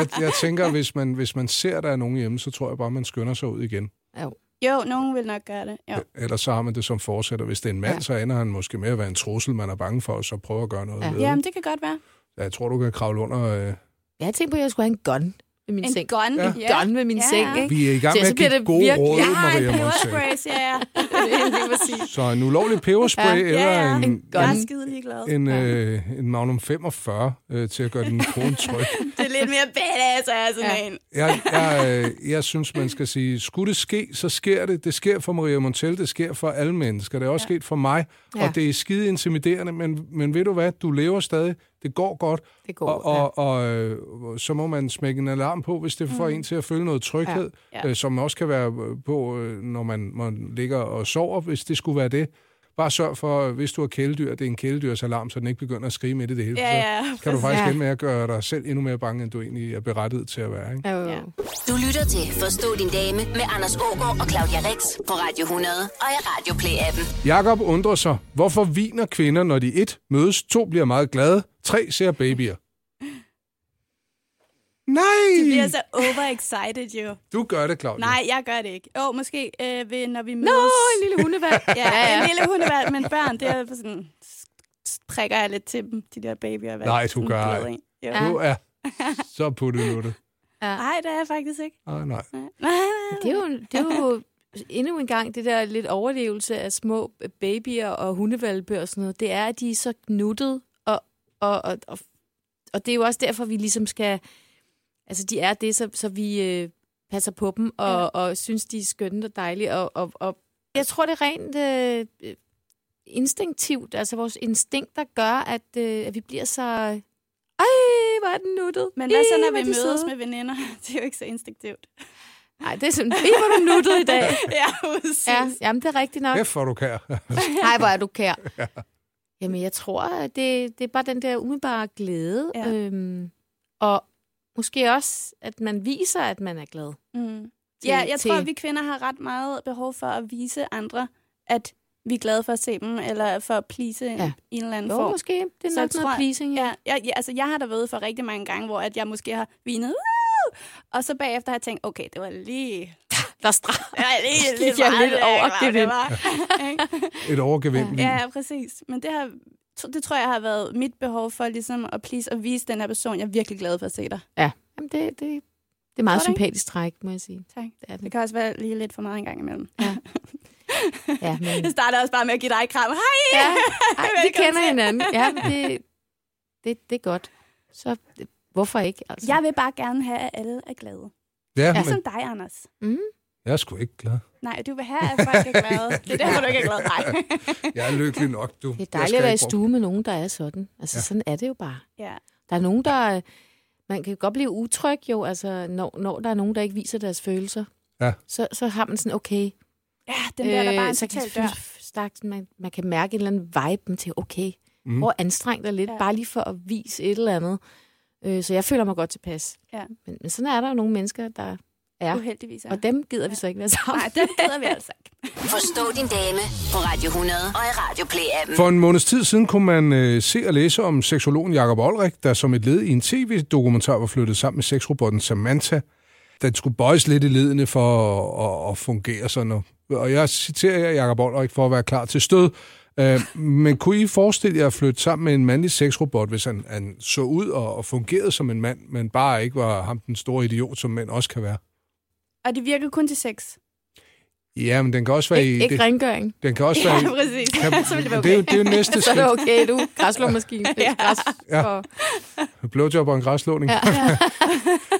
[SPEAKER 3] jeg, jeg tænker, hvis man, hvis man ser, der er nogen hjemme, så tror jeg bare, man skynder sig ud igen.
[SPEAKER 5] Jo.
[SPEAKER 4] Jo, nogen vil nok gøre det. Jo.
[SPEAKER 3] Ellers så har man det som fortsætter. Hvis det er en mand, ja.
[SPEAKER 5] Ja.
[SPEAKER 3] så ender han måske med at være en trussel, man er bange for, og så prøver at gøre noget ja.
[SPEAKER 5] Ja.
[SPEAKER 3] ved.
[SPEAKER 4] Jamen, det kan godt være.
[SPEAKER 3] Ja, Jeg tror, du kan kravle under... Øh...
[SPEAKER 5] Jeg har tænkt på, at jeg skulle have en gun ved min
[SPEAKER 4] En
[SPEAKER 5] seng.
[SPEAKER 4] gun.
[SPEAKER 3] Ja.
[SPEAKER 5] Gun ved min
[SPEAKER 4] Ja.
[SPEAKER 5] seng, ikke?
[SPEAKER 3] Vi er i gang
[SPEAKER 5] Så-
[SPEAKER 3] med
[SPEAKER 5] så
[SPEAKER 3] at
[SPEAKER 5] bliver
[SPEAKER 3] give
[SPEAKER 5] det
[SPEAKER 3] gode
[SPEAKER 5] virkelig-
[SPEAKER 3] råd,
[SPEAKER 4] Jeg har en
[SPEAKER 3] Maria Monsen.
[SPEAKER 4] peberspray, siger jeg.
[SPEAKER 5] Lige præcis.
[SPEAKER 3] Så en ulovlig peberspray, ja,
[SPEAKER 5] Ja,
[SPEAKER 3] ja,
[SPEAKER 4] ja, ja.
[SPEAKER 3] eller en,
[SPEAKER 5] En
[SPEAKER 4] Jeg
[SPEAKER 5] gun.
[SPEAKER 3] en,
[SPEAKER 4] er skide ligeglad.
[SPEAKER 3] en, øh, en Magnum 45 øh, til at gøre den kone tryg.
[SPEAKER 4] Det er lidt mere badass, at jeg er sådan en.
[SPEAKER 3] Jeg, jeg, øh, jeg synes, man skal sige, skulle det ske, så sker det. Det sker for Maria Montel, det sker for alle mennesker. Det er også ja. sket for mig, ja.
[SPEAKER 5] Ja.
[SPEAKER 3] og det er skide intimiderende, men, men ved du hvad, du lever stadig. Det går godt,
[SPEAKER 5] Det går,
[SPEAKER 3] og, og, og øh, så må man smække en alarm på, hvis det får mm. en til at føle noget tryghed, ja.
[SPEAKER 4] Ja.
[SPEAKER 3] Ja.
[SPEAKER 4] Ja.
[SPEAKER 3] Øh, som også kan være øh, på, øh, når man, man ligger og sover, hvis det skulle være det. Bare sørg for, øh, hvis du har kæledyr, at det er en kæledyrsalarm, så den ikke begynder at skrige midt i det hele.
[SPEAKER 4] Ja,
[SPEAKER 3] Så
[SPEAKER 4] ja.
[SPEAKER 3] kan du faktisk
[SPEAKER 5] Ja.
[SPEAKER 3] ende med at gøre dig selv endnu mere bange, end du egentlig er berettiget til at være. Ikke?
[SPEAKER 5] Ja. Ja.
[SPEAKER 1] Du lytter til Forstå din dame med Anders Ågaard og Claudia Rex på Radio 100 og i Radio Play-appen.
[SPEAKER 3] Jakob undrer sig, hvorfor viner kvinder, når de et mødes, to bliver meget glade, tre ser babyer.
[SPEAKER 4] De bliver
[SPEAKER 3] Nej!
[SPEAKER 4] så overexcited, jo.
[SPEAKER 3] Du gør det, Claudia.
[SPEAKER 4] Nej, jeg gør det ikke. Jo, måske øh, ved, når vi mødes.
[SPEAKER 5] Nå, en lille hundevalg.
[SPEAKER 4] Ja, en lille hundevalg, men børn, det er sådan... s- Prikker jeg lidt til dem, de der babyer. hvad?
[SPEAKER 3] Nej, du
[SPEAKER 4] Sådan
[SPEAKER 3] gør
[SPEAKER 4] glad
[SPEAKER 3] ej.
[SPEAKER 4] en. Jo.
[SPEAKER 3] Du er så puttet nu det.
[SPEAKER 4] Nej, det er jeg faktisk ikke.
[SPEAKER 3] Ah, nej.
[SPEAKER 4] Nej, nej, nej.
[SPEAKER 5] Det er, jo, det er jo endnu en gang det der lidt overlevelse af små babyer og hundevalpe og sådan noget. Det er, at de er så knuttet, og, og, og, og, og det er jo også derfor, vi ligesom skal... Altså, de er det, så, så vi øh, passer på dem og, ja. og synes, de er skønne og dejlige. Og, og, og jeg tror, det er rent øh, øh, instinktivt, altså vores instinkter gør, at, øh, at vi bliver så... Ej, hvor er den nuttet.
[SPEAKER 4] Men hvad så,
[SPEAKER 5] Ih,
[SPEAKER 4] når
[SPEAKER 5] hvor
[SPEAKER 4] vi
[SPEAKER 5] er de
[SPEAKER 4] mødes
[SPEAKER 5] søde."
[SPEAKER 4] med veninder? Det er jo ikke så instinktivt.
[SPEAKER 5] Nej, det er sådan, "Ih, hvor er du nuttet i dag.
[SPEAKER 4] Ja, præcis.
[SPEAKER 5] Ja, jamen det er rigtigt nok.
[SPEAKER 3] Kæft, hvor du kan.
[SPEAKER 5] Nej, hvor er du kær. Jamen, jeg tror, at det, det er bare den der umiddelbare glæde.
[SPEAKER 4] Ja.
[SPEAKER 5] Ja. Øhm, og måske også, at man viser, at man er glad.
[SPEAKER 4] Mm.
[SPEAKER 5] til-
[SPEAKER 4] Ja, jeg
[SPEAKER 5] til-
[SPEAKER 4] tror, at vi kvinder har ret meget behov for at vise andre, at vi er glade for at se dem, eller for at please ja.
[SPEAKER 5] Ja.
[SPEAKER 4] i en eller anden
[SPEAKER 5] Jo,
[SPEAKER 4] form.
[SPEAKER 5] måske. Det
[SPEAKER 4] Så
[SPEAKER 5] er nok
[SPEAKER 4] jeg
[SPEAKER 5] noget
[SPEAKER 4] tror-
[SPEAKER 5] pleasing. Ja.
[SPEAKER 4] Ja, jeg, ja, altså, jeg har da været for rigtig mange gange, hvor at jeg måske har vinet, "Woo!" og så bagefter har jeg tænkt, okay, det var lige...
[SPEAKER 5] Der er stram.
[SPEAKER 4] Det var lige,
[SPEAKER 5] Gik jeg
[SPEAKER 4] meget,
[SPEAKER 5] lidt over
[SPEAKER 4] var- det
[SPEAKER 5] gevind.
[SPEAKER 4] var. Ikke?
[SPEAKER 3] Et overgevind. liv.
[SPEAKER 4] ja, præcis. Men det, har, tro- det tror jeg har været mit behov for ligesom at please og vise den her person, jeg er virkelig glad for at se dig.
[SPEAKER 5] Jamen, det, det, det er meget
[SPEAKER 4] Tror du ikke?
[SPEAKER 5] sympatisk træk, må jeg sige.
[SPEAKER 4] Tak.
[SPEAKER 5] Det er
[SPEAKER 4] Det
[SPEAKER 5] det.
[SPEAKER 4] kan også være lige lidt for meget en gang imellem.
[SPEAKER 5] Ja, men,
[SPEAKER 4] Jeg starter også bare med at give dig et kram. Hej!
[SPEAKER 5] ja. Ej, vi
[SPEAKER 4] Velkommen
[SPEAKER 5] kender
[SPEAKER 4] til.
[SPEAKER 5] hinanden. Ja, men det, det, det er godt. Så det- hvorfor ikke? Altså?
[SPEAKER 4] Jeg vil bare gerne have, at alle er glade.
[SPEAKER 3] Ja,
[SPEAKER 4] Ja.
[SPEAKER 3] men
[SPEAKER 4] Som dig, Anders.
[SPEAKER 5] Mm.
[SPEAKER 3] jeg er sgu ikke glad.
[SPEAKER 4] Nej, du vil have, at folk er glade. Det er derfor, du ikke er glad. Nej.
[SPEAKER 3] Jeg er lykkelig nok, du.
[SPEAKER 5] Det er dejligt at være i stue med nogen, der er sådan. Altså, ja. sådan er det jo bare.
[SPEAKER 4] Ja.
[SPEAKER 5] Der er nogen, der... øh, Man kan godt blive utryg jo, altså, når, når der er nogen, der ikke viser deres følelser.
[SPEAKER 3] Ja.
[SPEAKER 5] Så, så har man sådan, okay... øh,
[SPEAKER 4] ja, den der, der bare er en
[SPEAKER 5] så kan
[SPEAKER 4] total
[SPEAKER 5] jeg
[SPEAKER 4] dør.
[SPEAKER 5] f- snakke, man, man kan mærke en eller anden vibe den til, okay,
[SPEAKER 3] Mm.
[SPEAKER 5] mm. prøv at anstrenge dig lidt,
[SPEAKER 4] Ja.
[SPEAKER 5] ja. bare lige for at vise et eller andet. Øh, så jeg føler mig godt tilpas.
[SPEAKER 4] Ja.
[SPEAKER 5] Men, men sådan er der jo nogle mennesker, der er. Okay.
[SPEAKER 4] Uheldigvis. Ja.
[SPEAKER 5] Og dem gider ja. vi så ikke være sammen.
[SPEAKER 4] Nej, den gider vi altså ikke.
[SPEAKER 1] Forstå din dame på Radio 100 og i Radio Play-appen.
[SPEAKER 3] For en måneds tid siden kunne man øh, se og læse om seksologen Jakob Olrik, der som et led i en tv-dokumentar var flyttet sammen med sexrobotten Samantha. Den skulle bøjes lidt i ledene for at, at, at fungere sådan noget. Og jeg citerer her Jakob Olrik for at være klar til stød. Øh, men kunne I forestille jer at flytte sammen med en mandlig sexrobot, hvis han, han så ud og, og fungerede som en mand, men bare ikke var ham den store idiot, som mænd også kan være?
[SPEAKER 4] Og det virker kun til sex.
[SPEAKER 3] Ja, men den kan også være...
[SPEAKER 5] Ikke,
[SPEAKER 3] i,
[SPEAKER 5] ikke rengøring.
[SPEAKER 3] den kan også
[SPEAKER 4] Ja,
[SPEAKER 3] være...
[SPEAKER 4] præcis.
[SPEAKER 3] Kan,
[SPEAKER 4] Så ville det være
[SPEAKER 3] det, er jo,
[SPEAKER 4] okay.
[SPEAKER 3] det er jo næste
[SPEAKER 5] Så er
[SPEAKER 3] skridt.
[SPEAKER 5] det okay, du. Græslåmaskine.
[SPEAKER 4] Ja.
[SPEAKER 5] ja. Græs
[SPEAKER 3] Ja.
[SPEAKER 5] for,
[SPEAKER 3] Blowjob og en græslåning. Ja.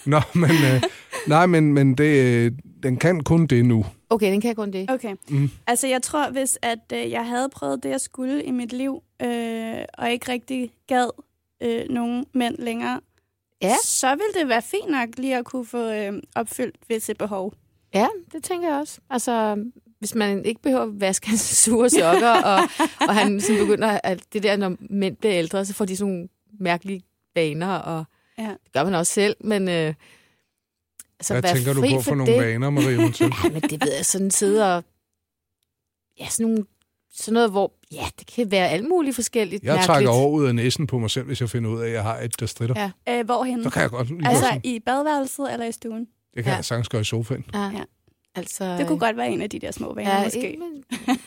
[SPEAKER 3] Nå, men, øh, nej, men, men det, øh, den kan kun det nu.
[SPEAKER 5] Okay, den kan jeg kun det.
[SPEAKER 4] Okay. Mm. Altså, jeg tror, hvis at øh, jeg havde prøvet det, jeg skulle i mit liv, øh, og ikke rigtig gad øh, nogen mænd længere,
[SPEAKER 5] Ja.
[SPEAKER 4] så ville det være fint nok lige at kunne få øh, opfyldt visse behov.
[SPEAKER 5] Ja, det tænker jeg også. Altså, hvis man ikke behøver at vaske hans sure sokker, og, og han sådan begynder, at det der, når mænd bliver ældre, så får de sådan nogle mærkelige vaner, og
[SPEAKER 4] Ja.
[SPEAKER 5] ja. det gør man også selv, men... Øh, altså,
[SPEAKER 3] Hvad
[SPEAKER 5] være
[SPEAKER 3] tænker du
[SPEAKER 5] fri
[SPEAKER 3] på for,
[SPEAKER 5] for
[SPEAKER 3] nogle
[SPEAKER 5] det.
[SPEAKER 3] vaner, Marie Montel?
[SPEAKER 5] Ja, men det ved jeg sådan sidde og... Ja, sådan, nogle, sådan noget, hvor... Ja, det kan være alt muligt forskelligt
[SPEAKER 3] Jeg
[SPEAKER 5] mærkeligt.
[SPEAKER 3] trækker over ud af næsen på mig selv, hvis jeg finder ud af, at jeg har et, der stritter. Ja.
[SPEAKER 5] Ja.
[SPEAKER 4] Øh, hvorhen?
[SPEAKER 3] Så kan jeg godt lige altså,
[SPEAKER 4] Altså, i badeværelset eller i stuen?
[SPEAKER 3] Det kan
[SPEAKER 5] ja.
[SPEAKER 3] jeg sagtens gøre i sofaen.
[SPEAKER 5] Ja.
[SPEAKER 4] Ja.
[SPEAKER 5] Altså,
[SPEAKER 4] Det kunne godt være en af de der små vaner, ja,
[SPEAKER 5] ja,
[SPEAKER 4] måske.
[SPEAKER 5] ikke, men,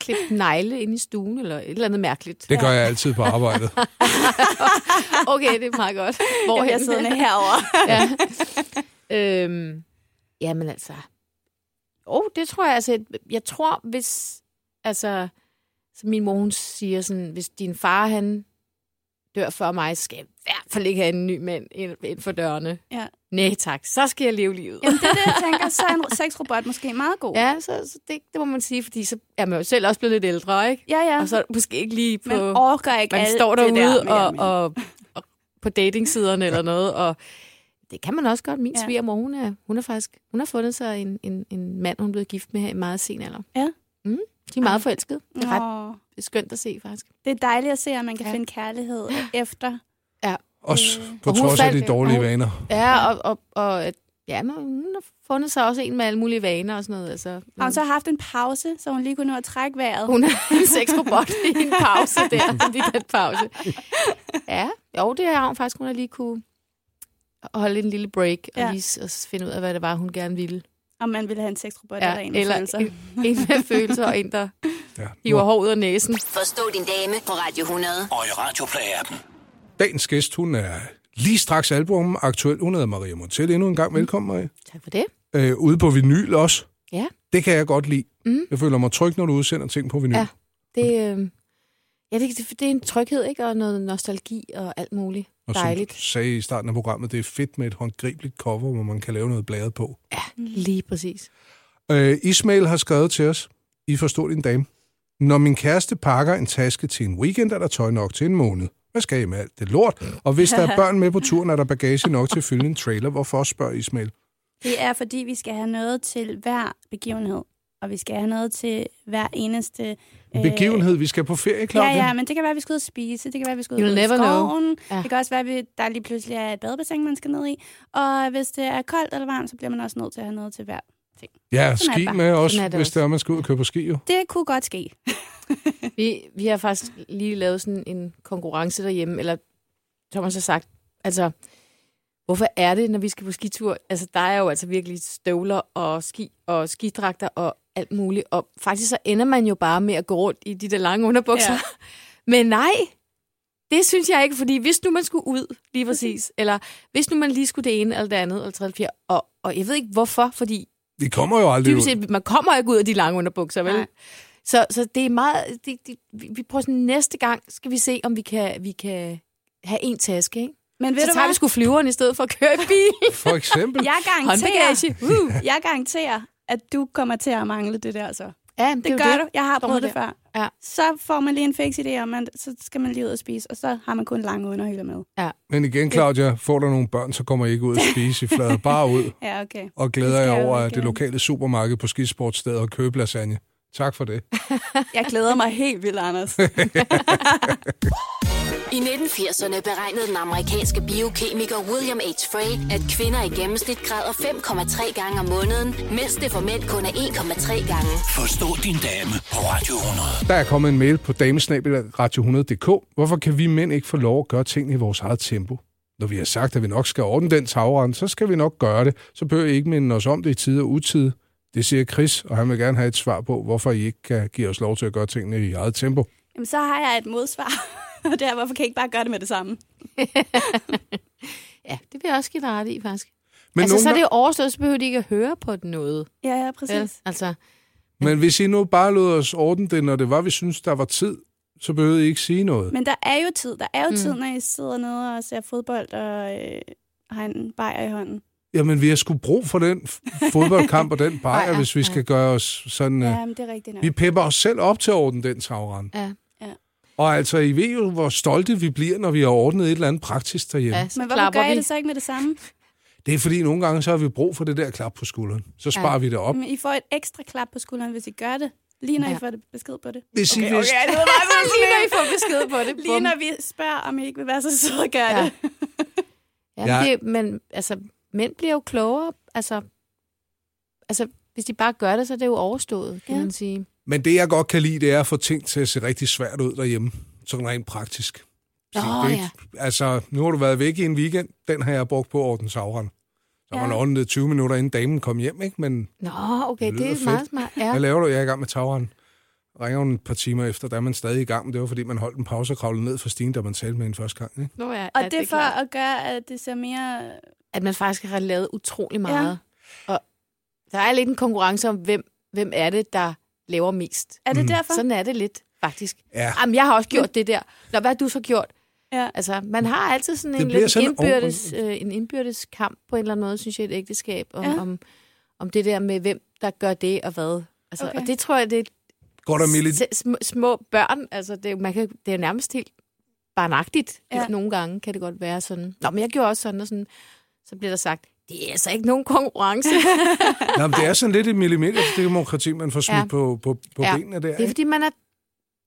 [SPEAKER 5] klip negle ind i stuen, eller et eller andet mærkeligt.
[SPEAKER 3] Det gør jeg altid på arbejdet.
[SPEAKER 5] Mm. Okay, det er meget godt. Hvor
[SPEAKER 4] Hvor jeg siddende herover.
[SPEAKER 5] ja. øhm, jamen altså... Oh, det tror jeg altså... Jeg tror, hvis... Altså, som min mor, hun siger sådan, hvis din far, han dør for mig, skal jeg i hvert fald ikke have en ny mand ind, ind for dørene.
[SPEAKER 4] Ja.
[SPEAKER 5] Nej tak, så skal jeg leve livet.
[SPEAKER 4] Jamen, det er det, jeg tænker. Så er en sexrobot måske meget god.
[SPEAKER 5] Ja, så, så det, det må man sige, fordi så er man jo selv også blevet lidt ældre, ikke?
[SPEAKER 4] ja. ja.
[SPEAKER 5] Og så er du måske ikke lige på...
[SPEAKER 4] man orker ikke
[SPEAKER 5] man
[SPEAKER 4] alt
[SPEAKER 5] står
[SPEAKER 4] det
[SPEAKER 5] derude
[SPEAKER 4] der mere,
[SPEAKER 5] og,
[SPEAKER 4] men-
[SPEAKER 5] og, og på datingsiderne eller noget, og det kan man også godt. Min
[SPEAKER 4] Ja.
[SPEAKER 5] svigermor, hun, er, hun, er faktisk, hun har fundet sig en, en, en mand, hun er blevet gift med her i meget sen alder.
[SPEAKER 4] Ja.
[SPEAKER 5] Mm, de er meget forelskede. Det er ret
[SPEAKER 4] Nå,
[SPEAKER 5] skønt at se, faktisk.
[SPEAKER 4] det er dejligt at se, at man kan
[SPEAKER 5] Ja.
[SPEAKER 4] ja. finde kærlighed efter.
[SPEAKER 3] Også på
[SPEAKER 5] Og hun
[SPEAKER 3] trods af
[SPEAKER 5] faldt,
[SPEAKER 3] de
[SPEAKER 5] ja.
[SPEAKER 3] dårlige
[SPEAKER 5] Og hun-
[SPEAKER 3] vaner.
[SPEAKER 5] Ja, og, og, og at- ja, men hun har fundet sig også en med alle mulige vaner og sådan noget. Altså,
[SPEAKER 4] Har hun så haft en pause, så hun lige kunne nå at trække vejret?
[SPEAKER 5] hun er en sexrobot i en pause der, en lille pause. Ja, jo, det har hun faktisk. Hun har lige kunne holde en lille break ja.
[SPEAKER 4] Ja.
[SPEAKER 5] og lige s- og s- finde ud af, hvad det var, hun gerne ville.
[SPEAKER 4] Om man ville have en sexrobot ja,
[SPEAKER 5] Ja,
[SPEAKER 4] eller en eller følelser.
[SPEAKER 5] en, en med følelser og en, der
[SPEAKER 3] Ja.
[SPEAKER 5] hiver hår ud af næsen.
[SPEAKER 1] Forstå din dame på Radio 100.
[SPEAKER 2] Og i Radioplay-appen.
[SPEAKER 3] Dagens gæst, hun er lige straks albummen Aktuel. Hun hedder Maria Montel. Endnu en
[SPEAKER 5] Mm.
[SPEAKER 3] gang velkommen, Maria.
[SPEAKER 5] Tak for det.
[SPEAKER 3] Øh, ude på vinyl også.
[SPEAKER 5] Ja.
[SPEAKER 3] Det kan jeg godt lide.
[SPEAKER 5] Mm.
[SPEAKER 3] Jeg føler mig tryg, når du udsender ting på vinyl.
[SPEAKER 5] Ja. Det, øh, ja, det, det, det er en tryghed, ikke? Og noget nostalgi og alt muligt.
[SPEAKER 3] Og
[SPEAKER 5] Dejligt.
[SPEAKER 3] som du sagde i starten af programmet, det er fedt med et håndgribeligt cover, hvor man kan lave noget bladet på.
[SPEAKER 5] Lige præcis.
[SPEAKER 3] Øh, Ismail har skrevet til os, I forstår din dame. Når min kæreste pakker en taske til en weekend, er der tøj nok til en måned. Hvad skal I med alt det lort? Og hvis der er børn med på turen, er der bagage nok til at fylde en trailer. Hvorfor, spørger Ismail.
[SPEAKER 4] Det er, fordi vi skal have noget til hver begivenhed. Og vi skal have noget til hver eneste... øh,
[SPEAKER 3] Begivenhed, vi skal på ferie,
[SPEAKER 4] Ja,
[SPEAKER 3] Claudia.
[SPEAKER 4] ja, men det kan være, at vi skal ud og spise. Det kan være, at vi skal ud
[SPEAKER 5] You'll
[SPEAKER 4] ud i
[SPEAKER 5] never know.
[SPEAKER 4] skoven.
[SPEAKER 5] Ja.
[SPEAKER 4] Ja. Det kan også være, at vi- der lige pludselig er et badebassin, man skal ned i. Og hvis det er koldt eller varmt, så bliver man også nødt til at have noget til hver.
[SPEAKER 3] Ja,
[SPEAKER 4] Sådan er
[SPEAKER 3] ski
[SPEAKER 4] det
[SPEAKER 3] med også,
[SPEAKER 5] Sådan er det
[SPEAKER 3] hvis
[SPEAKER 5] også.
[SPEAKER 3] det er, man skal ud og køre på ski. Jo.
[SPEAKER 4] Det kunne godt ske.
[SPEAKER 5] Vi, vi har faktisk lige lavet sådan en konkurrence derhjemme, eller Thomas har sagt, altså, hvorfor er det, når vi skal på skitur? Altså, der er jo altså virkelig støvler og ski og skidragter og alt muligt. Og faktisk så ender man jo bare med at gå rundt i de der lange underbukser. Ja.
[SPEAKER 4] Ja.
[SPEAKER 5] Men nej, det synes jeg ikke, fordi hvis nu man skulle ud, lige præcis, eller hvis nu man lige skulle det ene eller det andet, eller tredje, eller fjerde, og, og jeg ved ikke hvorfor, fordi
[SPEAKER 3] Vi kommer jo aldrig
[SPEAKER 5] dybest
[SPEAKER 3] ud.
[SPEAKER 5] set, man kommer ikke ud af de lange underbukser, vel?
[SPEAKER 4] Nej.
[SPEAKER 5] Så, så det er meget... Det, det, vi vi prøver sådan, næste gang skal vi se, om vi kan, vi kan have en taske, ikke?
[SPEAKER 4] Men ved
[SPEAKER 5] så
[SPEAKER 4] du
[SPEAKER 5] tager
[SPEAKER 4] hvad?
[SPEAKER 5] vi sgu flyveren i stedet for at køre i bil.
[SPEAKER 3] For eksempel.
[SPEAKER 4] Jeg garanterer,
[SPEAKER 5] Håndbagage. Uh.
[SPEAKER 4] jeg garanterer, at du kommer til at mangle det der så.
[SPEAKER 5] Ja, men
[SPEAKER 4] Det, det
[SPEAKER 5] er jo
[SPEAKER 4] gør du. Jeg har
[SPEAKER 5] Står
[SPEAKER 4] prøvet det
[SPEAKER 5] der.
[SPEAKER 4] før.
[SPEAKER 5] Ja.
[SPEAKER 4] Så får man lige en fix idé, og man, så skal man lige ud og spise, og så har man kun lange underhylder med.
[SPEAKER 3] Men igen, Claudia, får der nogle børn, så kommer I ikke ud at spise. I flader bare ud
[SPEAKER 4] Ja, okay.
[SPEAKER 3] og glæder jer
[SPEAKER 4] skal jo
[SPEAKER 3] over
[SPEAKER 4] ikke.
[SPEAKER 3] det lokale supermarked på skisportstedet og købe lasagne. Tak for det.
[SPEAKER 4] Jeg glæder mig helt vildt, Anders.
[SPEAKER 1] I 1980'erne beregnede den amerikanske biokemiker William H. Frey, at kvinder i gennemsnit græder 5,3 gange om måneden, mens det for mænd kun er 1,3 gange.
[SPEAKER 2] Forstå din dame på Radio 100.
[SPEAKER 3] Der er kommet en mail på damesnabelradio100.dk. Hvorfor kan vi mænd ikke få lov at gøre ting i vores eget tempo? Når vi har sagt, at vi nok skal ordne den tagrand, så skal vi nok gøre det. Så bør I ikke minde os om det i tid og utid. Det siger Chris, og han vil gerne have et svar på, hvorfor I ikke kan give os lov til at gøre tingene i eget tempo.
[SPEAKER 4] Jamen, så har jeg et modsvar. Og det er, hvorfor kan jeg ikke bare gøre det med det samme?
[SPEAKER 5] Ja, det vil jeg også give dig ret i, faktisk.
[SPEAKER 3] Men,
[SPEAKER 5] Men altså,
[SPEAKER 3] nogle
[SPEAKER 5] så er
[SPEAKER 3] gange-
[SPEAKER 5] det jo overstået, så behøver de ikke at høre på noget.
[SPEAKER 4] Ja, ja,
[SPEAKER 5] Vel?
[SPEAKER 4] præcis.
[SPEAKER 5] Altså,
[SPEAKER 3] men hvis I nu bare lod os ordne det, når det var, vi synes der var tid, så behøvede I ikke sige noget.
[SPEAKER 4] Men der er jo tid. Der er jo mm. tid, når I sidder nede og ser fodbold og øh, har en bajer i hånden.
[SPEAKER 3] Jamen, vi har sgu brug for den f- fodboldkamp og den bajer,
[SPEAKER 5] Bajer,
[SPEAKER 3] hvis vi
[SPEAKER 5] ja.
[SPEAKER 3] skal gøre os sådan...
[SPEAKER 4] Ja,
[SPEAKER 3] øh,
[SPEAKER 4] Jamen, det er rigtigt nok.
[SPEAKER 3] Vi pepper os selv op til at ordne den tagrand.
[SPEAKER 5] Ja.
[SPEAKER 4] Ja.
[SPEAKER 3] Og altså, I ved jo, hvor stolte vi bliver, når vi har ordnet et eller andet praktisk derhjemme.
[SPEAKER 5] ja,
[SPEAKER 3] Ja.
[SPEAKER 5] så
[SPEAKER 4] Men hvorfor
[SPEAKER 5] klapper
[SPEAKER 4] gør I
[SPEAKER 5] vi.
[SPEAKER 4] det så ikke med det samme?
[SPEAKER 3] Det er fordi, nogle gange så har vi brug for det der klap på skulderen. Så sparer ja. vi det op.
[SPEAKER 4] Men I får et ekstra klap på skulderen, hvis I gør det. Lige når
[SPEAKER 5] Ja.
[SPEAKER 4] I får det besked på det.
[SPEAKER 3] Hvis okay, I vidste, okay.
[SPEAKER 5] Lige når I får besked på det.
[SPEAKER 4] Lige
[SPEAKER 5] bum.
[SPEAKER 4] når vi spørger, om I ikke vil være så søde at gøre
[SPEAKER 5] Ja.
[SPEAKER 4] ja. det.
[SPEAKER 5] Ja,
[SPEAKER 3] Jeg-
[SPEAKER 5] men, det, men altså, mænd bliver jo klogere. Altså, altså, hvis de bare gør det, så er det jo overstået, kan ja.
[SPEAKER 4] Ja.
[SPEAKER 5] man sige.
[SPEAKER 3] Men det, jeg godt kan lide, det er at få ting til at se rigtig svært ud derhjemme. Sådan rent praktisk. Så
[SPEAKER 5] Nå,
[SPEAKER 3] det er ikke- Altså, nu har du været væk i en weekend. Den har jeg brugt på at ordne tagrand. Der var ja. ned 20 minutter, inden damen kom hjem, ikke? Men
[SPEAKER 5] Nå, okay,
[SPEAKER 3] Det
[SPEAKER 5] det, det
[SPEAKER 3] lyder
[SPEAKER 5] er
[SPEAKER 3] fedt.
[SPEAKER 5] meget smart. Ja.
[SPEAKER 3] hvad laver du? Jeg er i gang med tageren. Ringer hun et par timer efter, der er man stadig i gang. Men det var, fordi man holdt en pause og kravlede ned fra stigen, da man talte med hende første gang. Ikke?
[SPEAKER 5] Nå, ja,
[SPEAKER 4] Og
[SPEAKER 5] ja,
[SPEAKER 4] det er
[SPEAKER 5] klart.
[SPEAKER 4] for at gøre, at det ser mere...
[SPEAKER 5] at man faktisk har lavet utrolig meget. Ja. Og der er lidt en konkurrence om, hvem, hvem er det, der laver mest.
[SPEAKER 4] Er det mm. derfor?
[SPEAKER 5] Sådan er det lidt, faktisk.
[SPEAKER 3] Ja.
[SPEAKER 5] Jamen, jeg har også gjort det der. Nå, hvad har du så gjort?
[SPEAKER 4] Ja.
[SPEAKER 5] Altså, man har altid sådan
[SPEAKER 3] Det
[SPEAKER 5] en
[SPEAKER 3] bliver
[SPEAKER 5] lidt
[SPEAKER 3] sådan en
[SPEAKER 5] indbyrdes, øh, en indbyrdes kamp på en eller anden måde, synes jeg, i et ægteskab, om,
[SPEAKER 4] Ja.
[SPEAKER 5] ja. om, om det der med, hvem der gør det og hvad. Altså,
[SPEAKER 4] Okay.
[SPEAKER 5] okay. Og det tror jeg, det
[SPEAKER 3] Går der
[SPEAKER 5] er
[SPEAKER 3] mildt
[SPEAKER 5] s- sm- små børn. Altså, det, er jo- man kan, det er jo nærmest helt barnagtigt.
[SPEAKER 4] Ja.
[SPEAKER 5] Ja. Nogle gange kan det godt være sådan. Nå, men jeg gjorde også sådan og sådan. Så bliver der sagt, det er altså ikke nogen konkurrence.
[SPEAKER 3] Nå, men det er sådan lidt et millimeterdemokrati, man får smidt ja.
[SPEAKER 5] Ja.
[SPEAKER 3] på, på, på ja.
[SPEAKER 5] Ja.
[SPEAKER 3] benene der.
[SPEAKER 5] det er
[SPEAKER 3] Ikke?
[SPEAKER 5] fordi, man er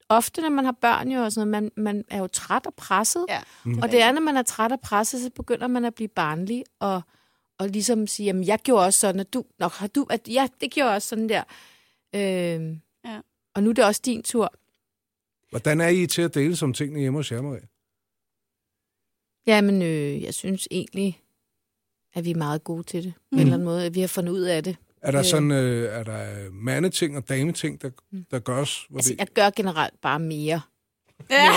[SPEAKER 5] ofte, når man har børn jo, og sådan noget, man, man er jo træt og presset.
[SPEAKER 4] Ja.
[SPEAKER 3] Mm.
[SPEAKER 5] Og det
[SPEAKER 4] altså-
[SPEAKER 5] er, når man er træt og presset, så begynder man at blive barnlig og, og ligesom sige, jamen, jeg gjorde også sådan, og du, nok har du, at, ja, det gjorde jeg også sådan der. Øhm,
[SPEAKER 4] Ja.
[SPEAKER 5] Og nu er det også din tur.
[SPEAKER 3] Hvordan er I til at dele som tingene hjemme hos jer, Maria?
[SPEAKER 5] Jamen, øh, jeg synes egentlig, at vi er meget gode til det.
[SPEAKER 4] Mm.
[SPEAKER 5] På en eller anden måde, at vi har fundet ud af det.
[SPEAKER 3] Er der
[SPEAKER 5] Øh.
[SPEAKER 3] sådan, øh, er der mandeting og dameting, der, der gøres? Hvor
[SPEAKER 5] Altså,
[SPEAKER 3] det,
[SPEAKER 5] jeg gør generelt bare mere.
[SPEAKER 4] Ja.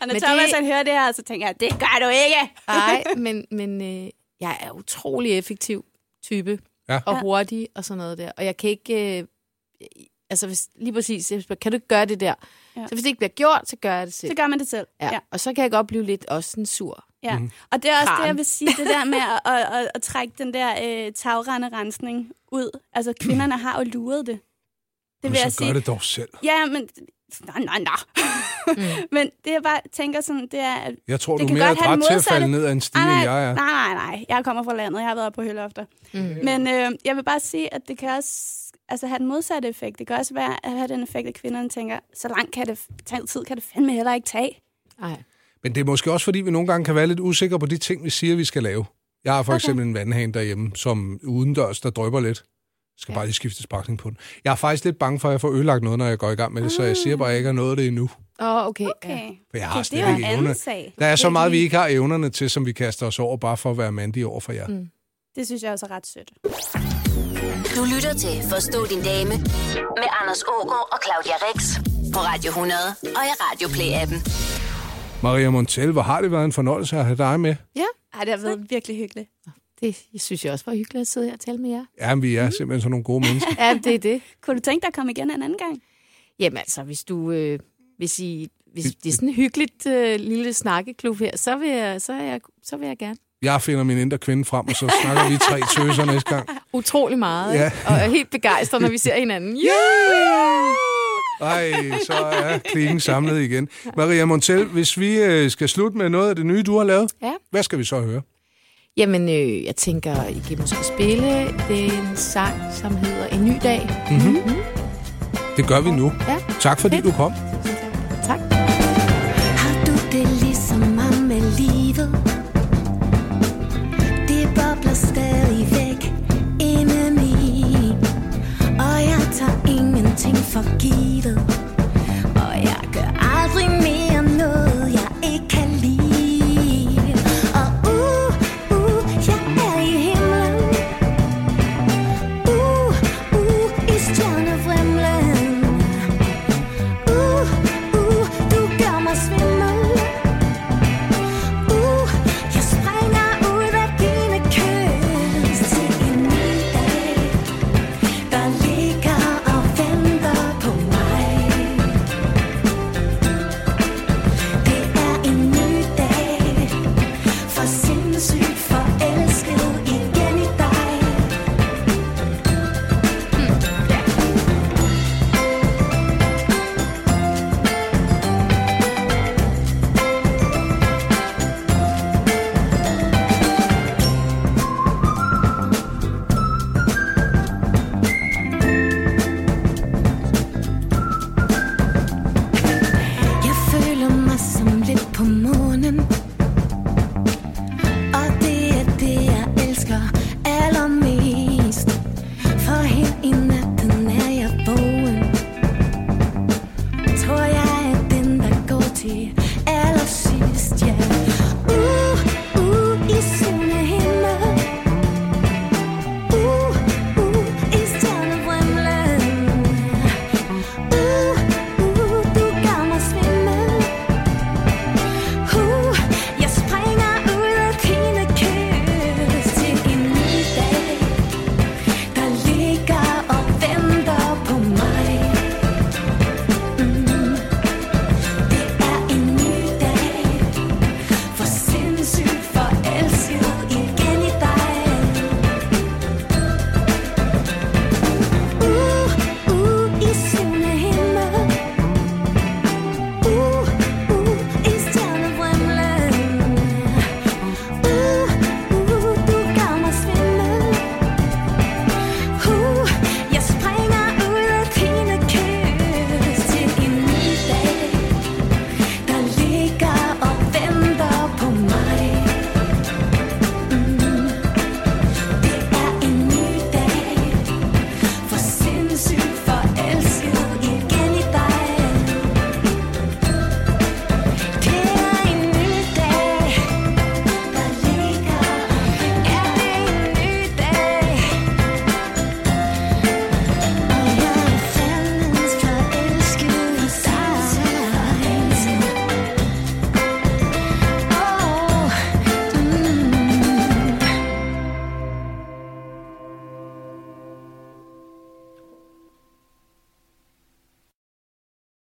[SPEAKER 4] og når
[SPEAKER 5] Men
[SPEAKER 4] Thomas
[SPEAKER 5] det-
[SPEAKER 4] han hører det her, så tænker jeg, det gør du ikke!
[SPEAKER 5] Nej, men, men øh, jeg er utrolig effektiv type.
[SPEAKER 3] Ja.
[SPEAKER 5] Og hurtig og sådan noget der. Og jeg kan ikke... Øh, altså, hvis, lige præcis, jeg spørger, kan du ikke gøre det der?
[SPEAKER 4] Ja.
[SPEAKER 5] Ja. Så hvis det ikke bliver gjort, så gør jeg det selv.
[SPEAKER 4] Så gør man det selv.
[SPEAKER 5] Ja. ja. Og så kan jeg godt blive lidt også sådan sur.
[SPEAKER 4] Ja,
[SPEAKER 3] Mhm.
[SPEAKER 4] og det er også det,
[SPEAKER 5] Kran.
[SPEAKER 4] jeg vil sige, det der med at, at, at, at trække den der øh, tagrenderensning ud. Altså, kvinderne har jo luret det. Det
[SPEAKER 3] Men
[SPEAKER 4] vil jeg
[SPEAKER 3] så gør
[SPEAKER 4] sige.
[SPEAKER 3] det dog selv.
[SPEAKER 4] Ja, men... Nå, nå, nå. Mm. men det, jeg bare tænker sådan, det er... at-
[SPEAKER 3] Jeg tror,
[SPEAKER 4] Det
[SPEAKER 3] du
[SPEAKER 4] kan
[SPEAKER 3] mere er
[SPEAKER 4] godt have
[SPEAKER 3] dræt
[SPEAKER 4] den
[SPEAKER 3] til at
[SPEAKER 4] modsatte.
[SPEAKER 3] falde ned af en stige,
[SPEAKER 4] Ej,
[SPEAKER 3] end
[SPEAKER 4] nej,
[SPEAKER 3] jeg
[SPEAKER 4] nej,
[SPEAKER 3] er.
[SPEAKER 4] nej, nej. Jeg kommer fra landet. Jeg har været oppe på hølofter. Mm. Men øh, jeg vil bare sige, at det kan også altså, have den modsatte effekt. Det kan også være, at have den effekt, at kvinderne tænker, så lang kan det, tage tid kan det fandme heller ikke tage.
[SPEAKER 5] Nej.
[SPEAKER 3] Men det er måske også, fordi vi nogle gange kan være lidt usikre på de ting, vi siger, vi skal lave. Jeg har for okay. eksempel en vandhane derhjemme, som udendørs, der drøber lidt. Jeg skal ja. bare lige skifte spakning på den. Jeg er faktisk lidt bange for, at jeg får ødelagt noget, når jeg går i gang med det, så jeg siger bare, at jeg ikke har nået det endnu.
[SPEAKER 5] Åh, oh, okay. Ja.
[SPEAKER 4] Okay.
[SPEAKER 3] For jeg har
[SPEAKER 4] Okay,
[SPEAKER 3] slet
[SPEAKER 4] det er jo
[SPEAKER 3] ikke
[SPEAKER 4] en anden
[SPEAKER 3] evne.
[SPEAKER 4] sag.
[SPEAKER 3] Der er så meget, vi ikke har evnerne til, som vi kaster os over, bare for at være mandige over for jer. Mm.
[SPEAKER 4] Det synes jeg også er ret sødt.
[SPEAKER 1] Du lytter til Forstå din dame med Anders Ågaard og Claudia Rex på Radio 100 og i Radio Play-appen.
[SPEAKER 3] Maria Montel, hvor har det været en fornøjelse at have dig med?
[SPEAKER 5] ja.
[SPEAKER 4] Ej, det har været virkelig hyggeligt.
[SPEAKER 5] Det synes jeg også var hyggeligt at sidde her og tale med jer.
[SPEAKER 3] Ja, men vi er simpelthen sådan nogle gode mennesker.
[SPEAKER 5] Ja, det er det.
[SPEAKER 4] Kunne du tænke dig at komme igen en anden gang?
[SPEAKER 5] Jamen altså, hvis du... Øh, hvis I, hvis det er sådan en hyggeligt øh, lille snakkeklub her, så vil, jeg, så, er jeg, så vil jeg gerne.
[SPEAKER 3] Jeg finder min indre kvinde frem, og så snakker vi tre tøser næste gang.
[SPEAKER 5] Utrolig meget,
[SPEAKER 3] Ja.
[SPEAKER 5] ja. og er helt begejstret, når vi ser hinanden. Yeah!
[SPEAKER 3] Ej, så er klikken samlet igen. Maria Montel, hvis vi øh, skal slutte med noget af det nye, du har lavet,
[SPEAKER 5] Ja.
[SPEAKER 3] hvad skal vi så høre?
[SPEAKER 5] Jamen, øh, jeg tænker, I kan måske spille den sang, som hedder En Ny Dag.
[SPEAKER 3] Det gør vi nu.
[SPEAKER 5] Ja.
[SPEAKER 3] Tak fordi du kom.